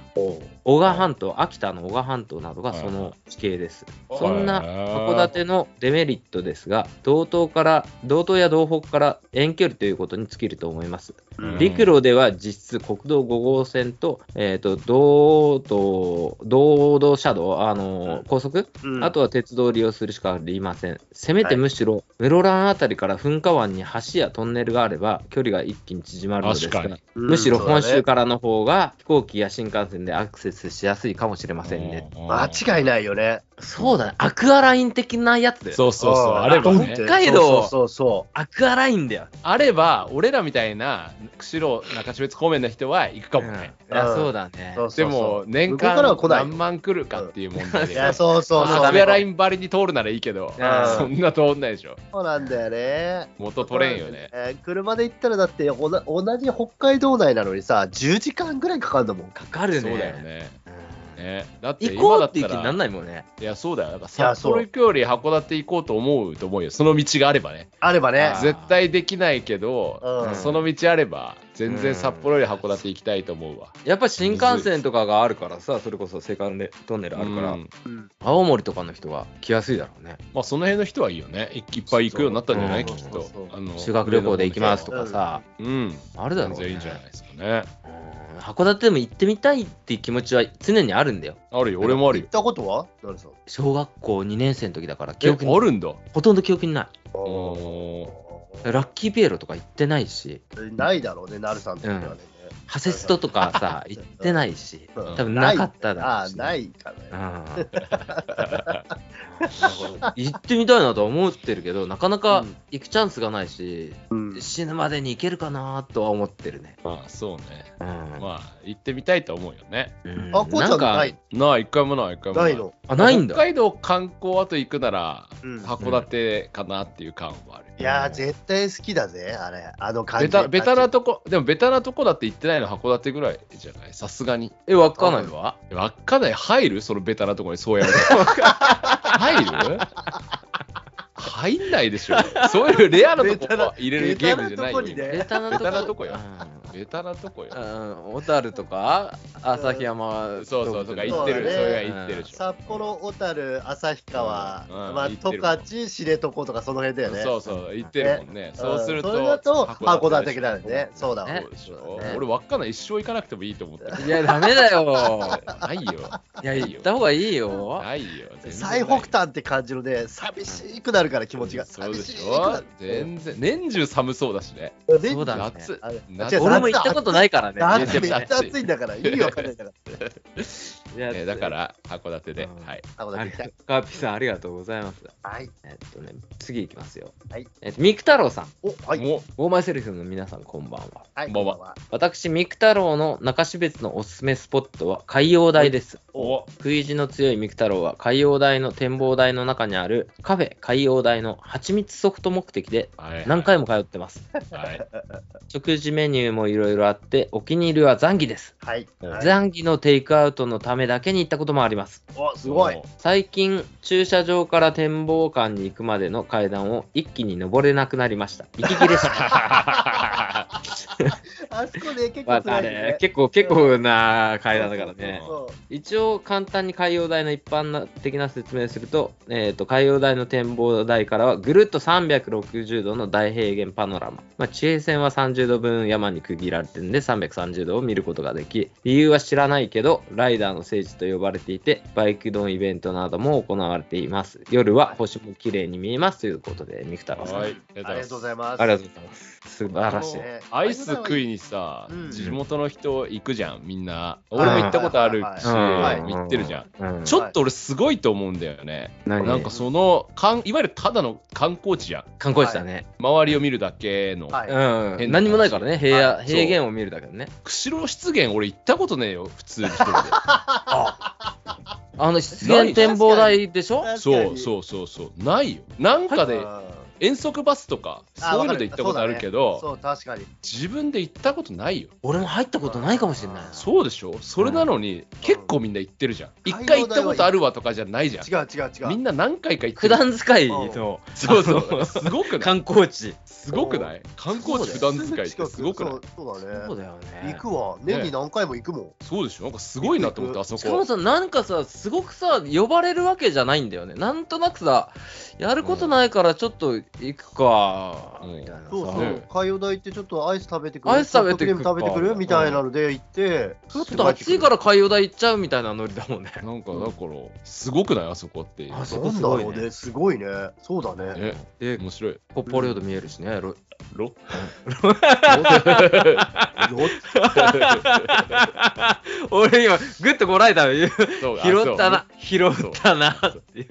S1: 男鹿半島秋田の男鹿半島などがその地形ですそんな函館のデメリットですが道東から道東や道北から遠距離ということに尽きると思います
S2: うん
S1: 陸路では実質国道5号線と,、えー、と道道道道車道、あのー高速、
S3: うん
S1: あとは鉄道を利用するしかありませんせめ
S3: はい
S1: てむしろ、室蘭あたりから噴火湾に橋やトンネルがあれば距離が一気に縮まるのです
S2: 確か
S1: が
S2: に
S3: うん
S1: むしろ本
S3: そうだ
S1: 州
S3: ね
S1: からの方が飛行機や新幹線でアクセスしやすいかもしれませんね。
S3: 間違いないよね。
S1: そうだね、アクアライン的なやつだよ
S2: そうそうそう。
S3: ん
S2: あれば
S3: ドンっ
S2: ね
S3: て。
S1: 北海道
S3: そうそうそ
S1: アクアラインだよ。
S2: あれば、俺らみたいな、釧路、中標津方面の人は行くかもね。
S1: うんいやそうだね
S3: う。そう
S2: で
S3: そうそ
S2: も
S3: う、
S2: 年
S3: 向こうからは
S2: 間
S3: 来ないよ
S2: 何万来るかっていう問題
S3: い
S2: で。
S3: や、そうそうそう。
S2: まあダメライ
S3: ン。
S2: ン張りに通るならいいけど、
S1: うん
S2: そんな通んないでしょ。
S3: そうなんだよね。
S2: 元取れんよね。
S3: えー車で行ったらだっておな同じ北海道内なのにさ10時間ぐらいかかるんだもん。
S1: かかるね。
S2: そうだよね。
S1: うん。
S2: ねだって
S1: 行
S2: 今
S1: こう
S2: だ
S1: っ
S2: ってた
S1: いう気にな
S2: ら
S1: ん、ないもんね。
S2: いや、そうだよ。なんか
S3: いや
S2: 札幌行くより函館行こうと思うと思うよ。その道があればね。
S3: あればね
S1: あ。ー
S2: 絶対できないけど、
S3: うん
S2: その道あれば、全然札幌より函館行きたいと思うわ。
S1: やっぱ新幹線とかがあるからさ、それこそセカンドトンネルあるから、
S2: うん
S3: うん
S1: 青森とかの人は来やすいだろうね。
S2: まあ、その辺の人はいいよね。いいっぱい行くようになったんじゃない
S1: そう
S2: きっ
S3: そうそう
S2: と。
S3: そう
S2: あの
S1: 修学旅行で行きますと
S2: か。
S1: かさ、
S2: うん。
S1: あるだろ
S2: 全
S1: う、ね。
S2: 然いいんじゃないですかね。
S1: うん函館でも行ってみたいっていう気持ちは常にあるんだよ。
S2: あるよ、俺もある
S3: 行
S2: よ
S3: っ。たことはなるさん。
S1: 小学校2年生の時だから、記
S2: え
S1: 憶に
S2: あるんだ。
S1: ほとんど記憶にない。
S3: あ
S2: お
S3: ー
S1: ラッキーピエロとか行ってないし、
S3: ないだろうね、なるさんとかね。
S1: ハセストとか
S3: *laughs*
S1: さ、行ってないし、
S3: うん
S2: 多
S1: 多分なかっただろ
S3: ああ
S1: う
S3: ー、
S1: し、
S3: ないかね。
S1: う
S3: *laughs*
S1: ん *laughs* 行ってみたいなとは思ってるけどなかなか行くチャンスがないし、
S3: うん
S1: 死ぬまでに行けるかなとは思ってるね、
S2: まあ、そうね。
S1: うん
S2: まあ、行ってみたいと思うよね。
S1: うん
S3: あ、こうちゃ
S1: なんか
S3: ない。
S2: なあ、一回もない、一回も
S3: ないの。
S1: あないんだ
S2: 北海道観光後行くなら、
S3: うん
S2: 函館かなっていう感はある。
S3: いやー、絶対好きだぜ、あれ。あの感じ。
S2: ベタベタなとこ、でもベタなとこだって言ってないの函館ぐらいじゃないさすがに。
S1: え、わかんないわ。
S2: は稚内入るそのベタなとこにそうや
S1: *laughs*
S2: る入る入んないでしょ。そういうレアなとこは入れるゲームじゃないよ。
S3: ベタなと
S1: ベタな
S2: ベ
S3: こにね
S2: タなとこよ
S1: うん
S2: ベタなとこよ。
S1: うん、小樽とか旭山
S2: そうそうとか言
S3: 行
S2: ってて
S3: る
S2: る、
S3: そ
S2: そうう
S3: だね
S2: いうのが言ってるでしょ。
S3: 札幌、小樽、旭川、
S2: うんうん
S3: まあ、
S2: 行って
S3: 十
S2: るわ
S3: 勝、知床とかその辺だよね。
S2: そうそう、言ってるもんね。そうすると、
S3: んそれだと函館
S2: でしょ
S3: だよね。そうだわ。
S2: そうでしょ
S1: ね
S2: 俺、稚内一生行かなくてもいいと思ってる。
S1: いやダメだ
S2: *laughs*
S1: よ
S2: ないよ。
S3: *laughs*
S1: いや行った方がいいよ
S2: ないよ。全然ない
S3: 最北端って感じので、寂しくなるから気持ちが。
S2: そう
S3: 寂
S2: で
S3: し
S2: し
S3: くな
S2: ょ
S3: る。
S2: 全然。年中寒そうだしね。
S3: で
S1: そうだね
S2: 夏。
S3: あれ
S2: 夏
S3: 違う
S1: 俺も行ったことないからね
S2: いや
S3: 夏
S2: で
S3: め
S2: も
S3: っちゃ暑いんだから、意味わかんないんだか
S1: いや
S2: えーだから、函館で。
S1: うん
S2: はい。
S3: ら。あ、ほら、
S1: あ
S3: 行きたい。
S1: カーピーさんありがとうございます
S3: はい。
S1: えっとね次いきますよ
S3: はい
S1: えっとミク太郎さん
S3: お、はい。
S2: も
S1: オーマイセルフの皆さんこんばんは
S3: はい、
S2: こんばんは
S3: は。
S1: 私ミク太郎の中標別のおすすめスポットは海洋台です
S2: う、お
S1: 食い意地の強い三木太郎は海洋台の展望台の中にあるカフェ海洋台の蜂蜜ソフト目的で
S2: はい
S1: 何回も通ってます。
S2: はい。
S1: 食事メニューもいろいろあってお気に入りはザンギです。
S3: はい。はい
S1: ザンギのテイクアウトのためだけに行ったこともあります。
S3: お、すごい。
S1: 最近駐車場から展望館に行くまでの階段を一気に登れなくなりました。息切れし
S3: *laughs*
S1: た。
S2: は
S3: あそこで
S1: ま
S3: 結構
S1: ああ
S3: 辛いよ
S1: れ
S3: ね。
S1: 結構結構な階段だからね。
S3: そうそう
S1: 一応簡単に海洋台の一般的な説明をすると,、えー、と海洋台の展望台からはぐるっと360度の大平原パノラマ、まあ、地平線は30度分山に区切られてるんで330度を見ることができ理由は知らないけどライダーの聖地と呼ばれていてバイクドンイベントなども行われています夜は星も綺麗に見えますということで三太郎さん、
S2: い。
S3: そうありがとうございます。
S1: ありがとうございます素晴らしい
S2: この
S3: ね
S2: アイス食いにさ、
S3: うん
S2: 地元の人行くじゃん、みんな。俺も行ったことあるし、
S3: うんはい
S2: 行ってるじゃん。、
S1: うん、
S2: ちょっと俺すごいと思うんだよね。
S1: 何
S2: なんかその、かんいわゆるただの観光地じゃん。
S1: 観光地だね、
S2: 周りを見るだけの。
S3: はい。
S1: う
S2: 変
S1: ん、
S2: な話
S1: 何もないからね平野
S2: はい
S1: 平原を見るだけでね
S2: 釧路湿原俺行ったことねえよ、普通に一
S3: *laughs*
S2: 人で。
S1: あの湿原展望台でしょ
S2: そうそうそうそう。ないよ。なんか
S3: う
S2: で、
S3: ん
S2: 遠足バスとか、
S3: あ
S2: そういうので行ったことあるけど、
S3: そう、確かに。
S2: 自分で行ったことないよ。
S1: 俺も入ったことないかもしれない
S3: あー
S2: そうでしょそれなのに、結構みんな行ってるじゃん。一回行ったことあるわとかじゃないじゃん。
S3: 違う違う違う。
S2: みんな何回か行っ
S1: 普
S2: てる。
S1: 段使いの
S2: そうそう。すごくない
S1: 観光地
S2: すごくない観光地普段使いってすごくない
S3: そうそうだね。
S1: そうだよね
S3: 行くわ。年に何回も行くもん。
S2: そうでしょなんかすごいなと思って、あそ
S1: しかも
S2: こ。
S1: さなんかさすごくさ呼ばれるわけじゃないんだよねなんとなくさやることないからちょっと行くか、
S2: うん
S1: みたいなさ
S3: そうそ
S2: ね
S3: う。海洋大ってちょっとアイス食べてくる。
S1: アイス食べてく
S3: ソフトクリーム食べてく
S1: う
S3: る
S1: ん
S3: みたいなので行って。
S1: ちょっと暑いから海洋台行っちゃうみたいなノリだもんね
S2: なんかだから、すごくないあそこっていう。
S1: あそ
S3: な
S1: こ
S3: ん
S1: す
S3: だ
S1: ご
S3: ろ
S1: いうね
S3: ね。すごいね。そうだね。
S2: ね、
S1: で
S2: 面白い。
S1: 北方領土見えるしね、ロ
S2: ロ
S3: よっ
S1: 俺今グッとこらえたの言う
S2: そうあ
S1: 拾ったな
S2: そ、
S1: 拾 *laughs* ったなっていう。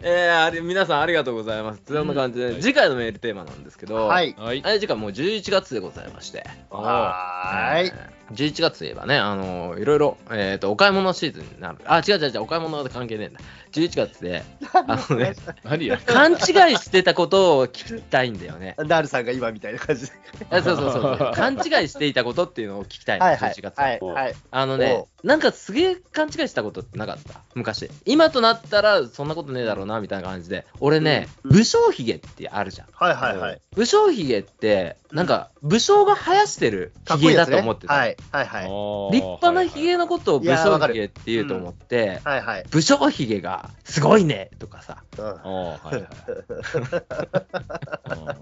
S1: えー、あれ皆さんありがとうございます。そんな感じで、
S2: はい
S1: 次回のメールテーマなんですけど、
S3: はい。
S2: うはい。
S1: あれ次回もう11月でございまして、
S2: あ
S3: はーい。
S1: えー11月といえばね、あのーいろいろ、えーと、お買い物シーズンになる。あ、違う違う違う、お買い物は関係ねえんだ。11月で、あのね、
S2: ー何や
S1: 勘違いしてたことを聞きたいんだよね。
S3: *laughs* ダルさんが今みたいな感じで。
S1: あそうそう
S3: *laughs*
S1: そう。勘違いしていたことっていうのを聞きたいの、
S3: はいはい
S1: 11。月。
S3: はいはい。
S1: あのね、なんかすげえ勘違いしたことってなかった昔。今となったらそんなことねえだろうなみたいな感じで。俺ね、武将髭ってあるじゃん。
S3: はいはいはい。
S1: 武将髭って、なんか武将が生やしてる
S3: かっこ
S1: 髭
S3: いいや
S1: だ
S3: つ
S1: と
S3: ね
S1: 思ってた。
S3: はいはいはい。
S1: 立派な髭のことを武
S3: いや
S1: 将
S3: わか
S1: 髭
S3: る
S1: って言うと思って、
S3: はいはい。
S1: 武将髭がすごいねとかさ、
S3: うん
S2: ああー、はいは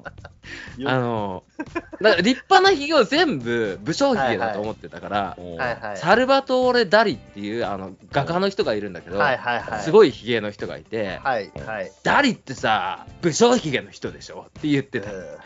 S2: い。
S3: よ
S1: あの、だから立派な髭を全部武将髭だと思ってたから、
S2: うん
S3: はいはい。
S1: サルバトーレ・ダリっていうあの画家の人がいるんだけど、
S3: はいはいはい。
S1: す
S3: い。
S1: ごい髭の人がいて、
S3: はいはい。
S1: ダリってさ、武将髭の人でしょって言って *laughs* た。
S3: う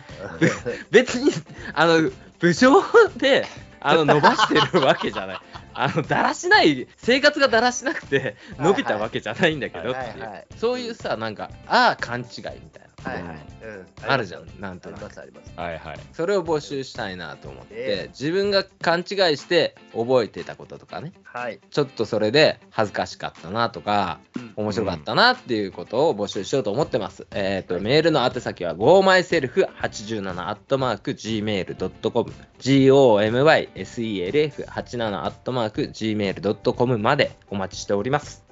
S1: 別に、あの、武将で、あ
S3: *laughs*
S1: の、伸ばしてるわけじゃない。あの、だらしない、生活がだらしなくて、
S3: はい
S1: 伸びたわけじゃないんだけどって
S3: はい
S1: い。
S3: はいう
S1: そういうさ、なんか、ああ、勘違いみたいな
S3: はいはい。うん、
S1: あるじゃんなんと
S3: あ
S1: な
S3: り
S1: く
S3: ますあります。
S2: はいはい。
S1: それを募集したいなと思って、
S3: ええ
S1: 自分が勘違いして覚えてたこととかね
S3: はい。
S1: ちょっとそれで恥ずかしかったなとか
S3: うん
S1: 面白かったなっていうことを募集しようと思ってます、えっ、とメールの宛先は gomyself87-gmail.com gomyself87-gmail.com までお待ちしております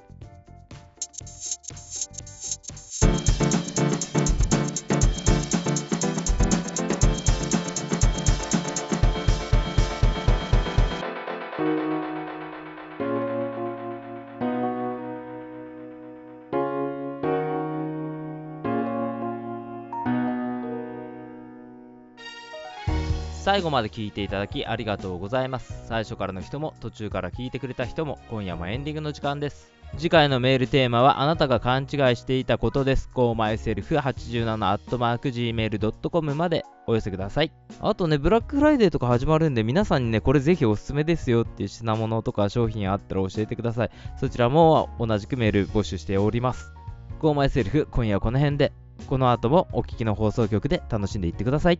S4: 最後まで聞いていただきありがとうございます最初からの人も途中から聞いてくれた人も今夜もエンディングの時間です次回のメールテーマはあなたが勘違いしていたことです gomyself87-gmail.com までお寄せくださいあとねブラックフライデーとか始まるんで皆さんにねこれぜひおすすめですよっていう品物とか商品あったら教えてくださいそちらも同じくメール募集しております GoMyself 今夜はこの辺でこの後もお聴きの放送局で楽しんでいってください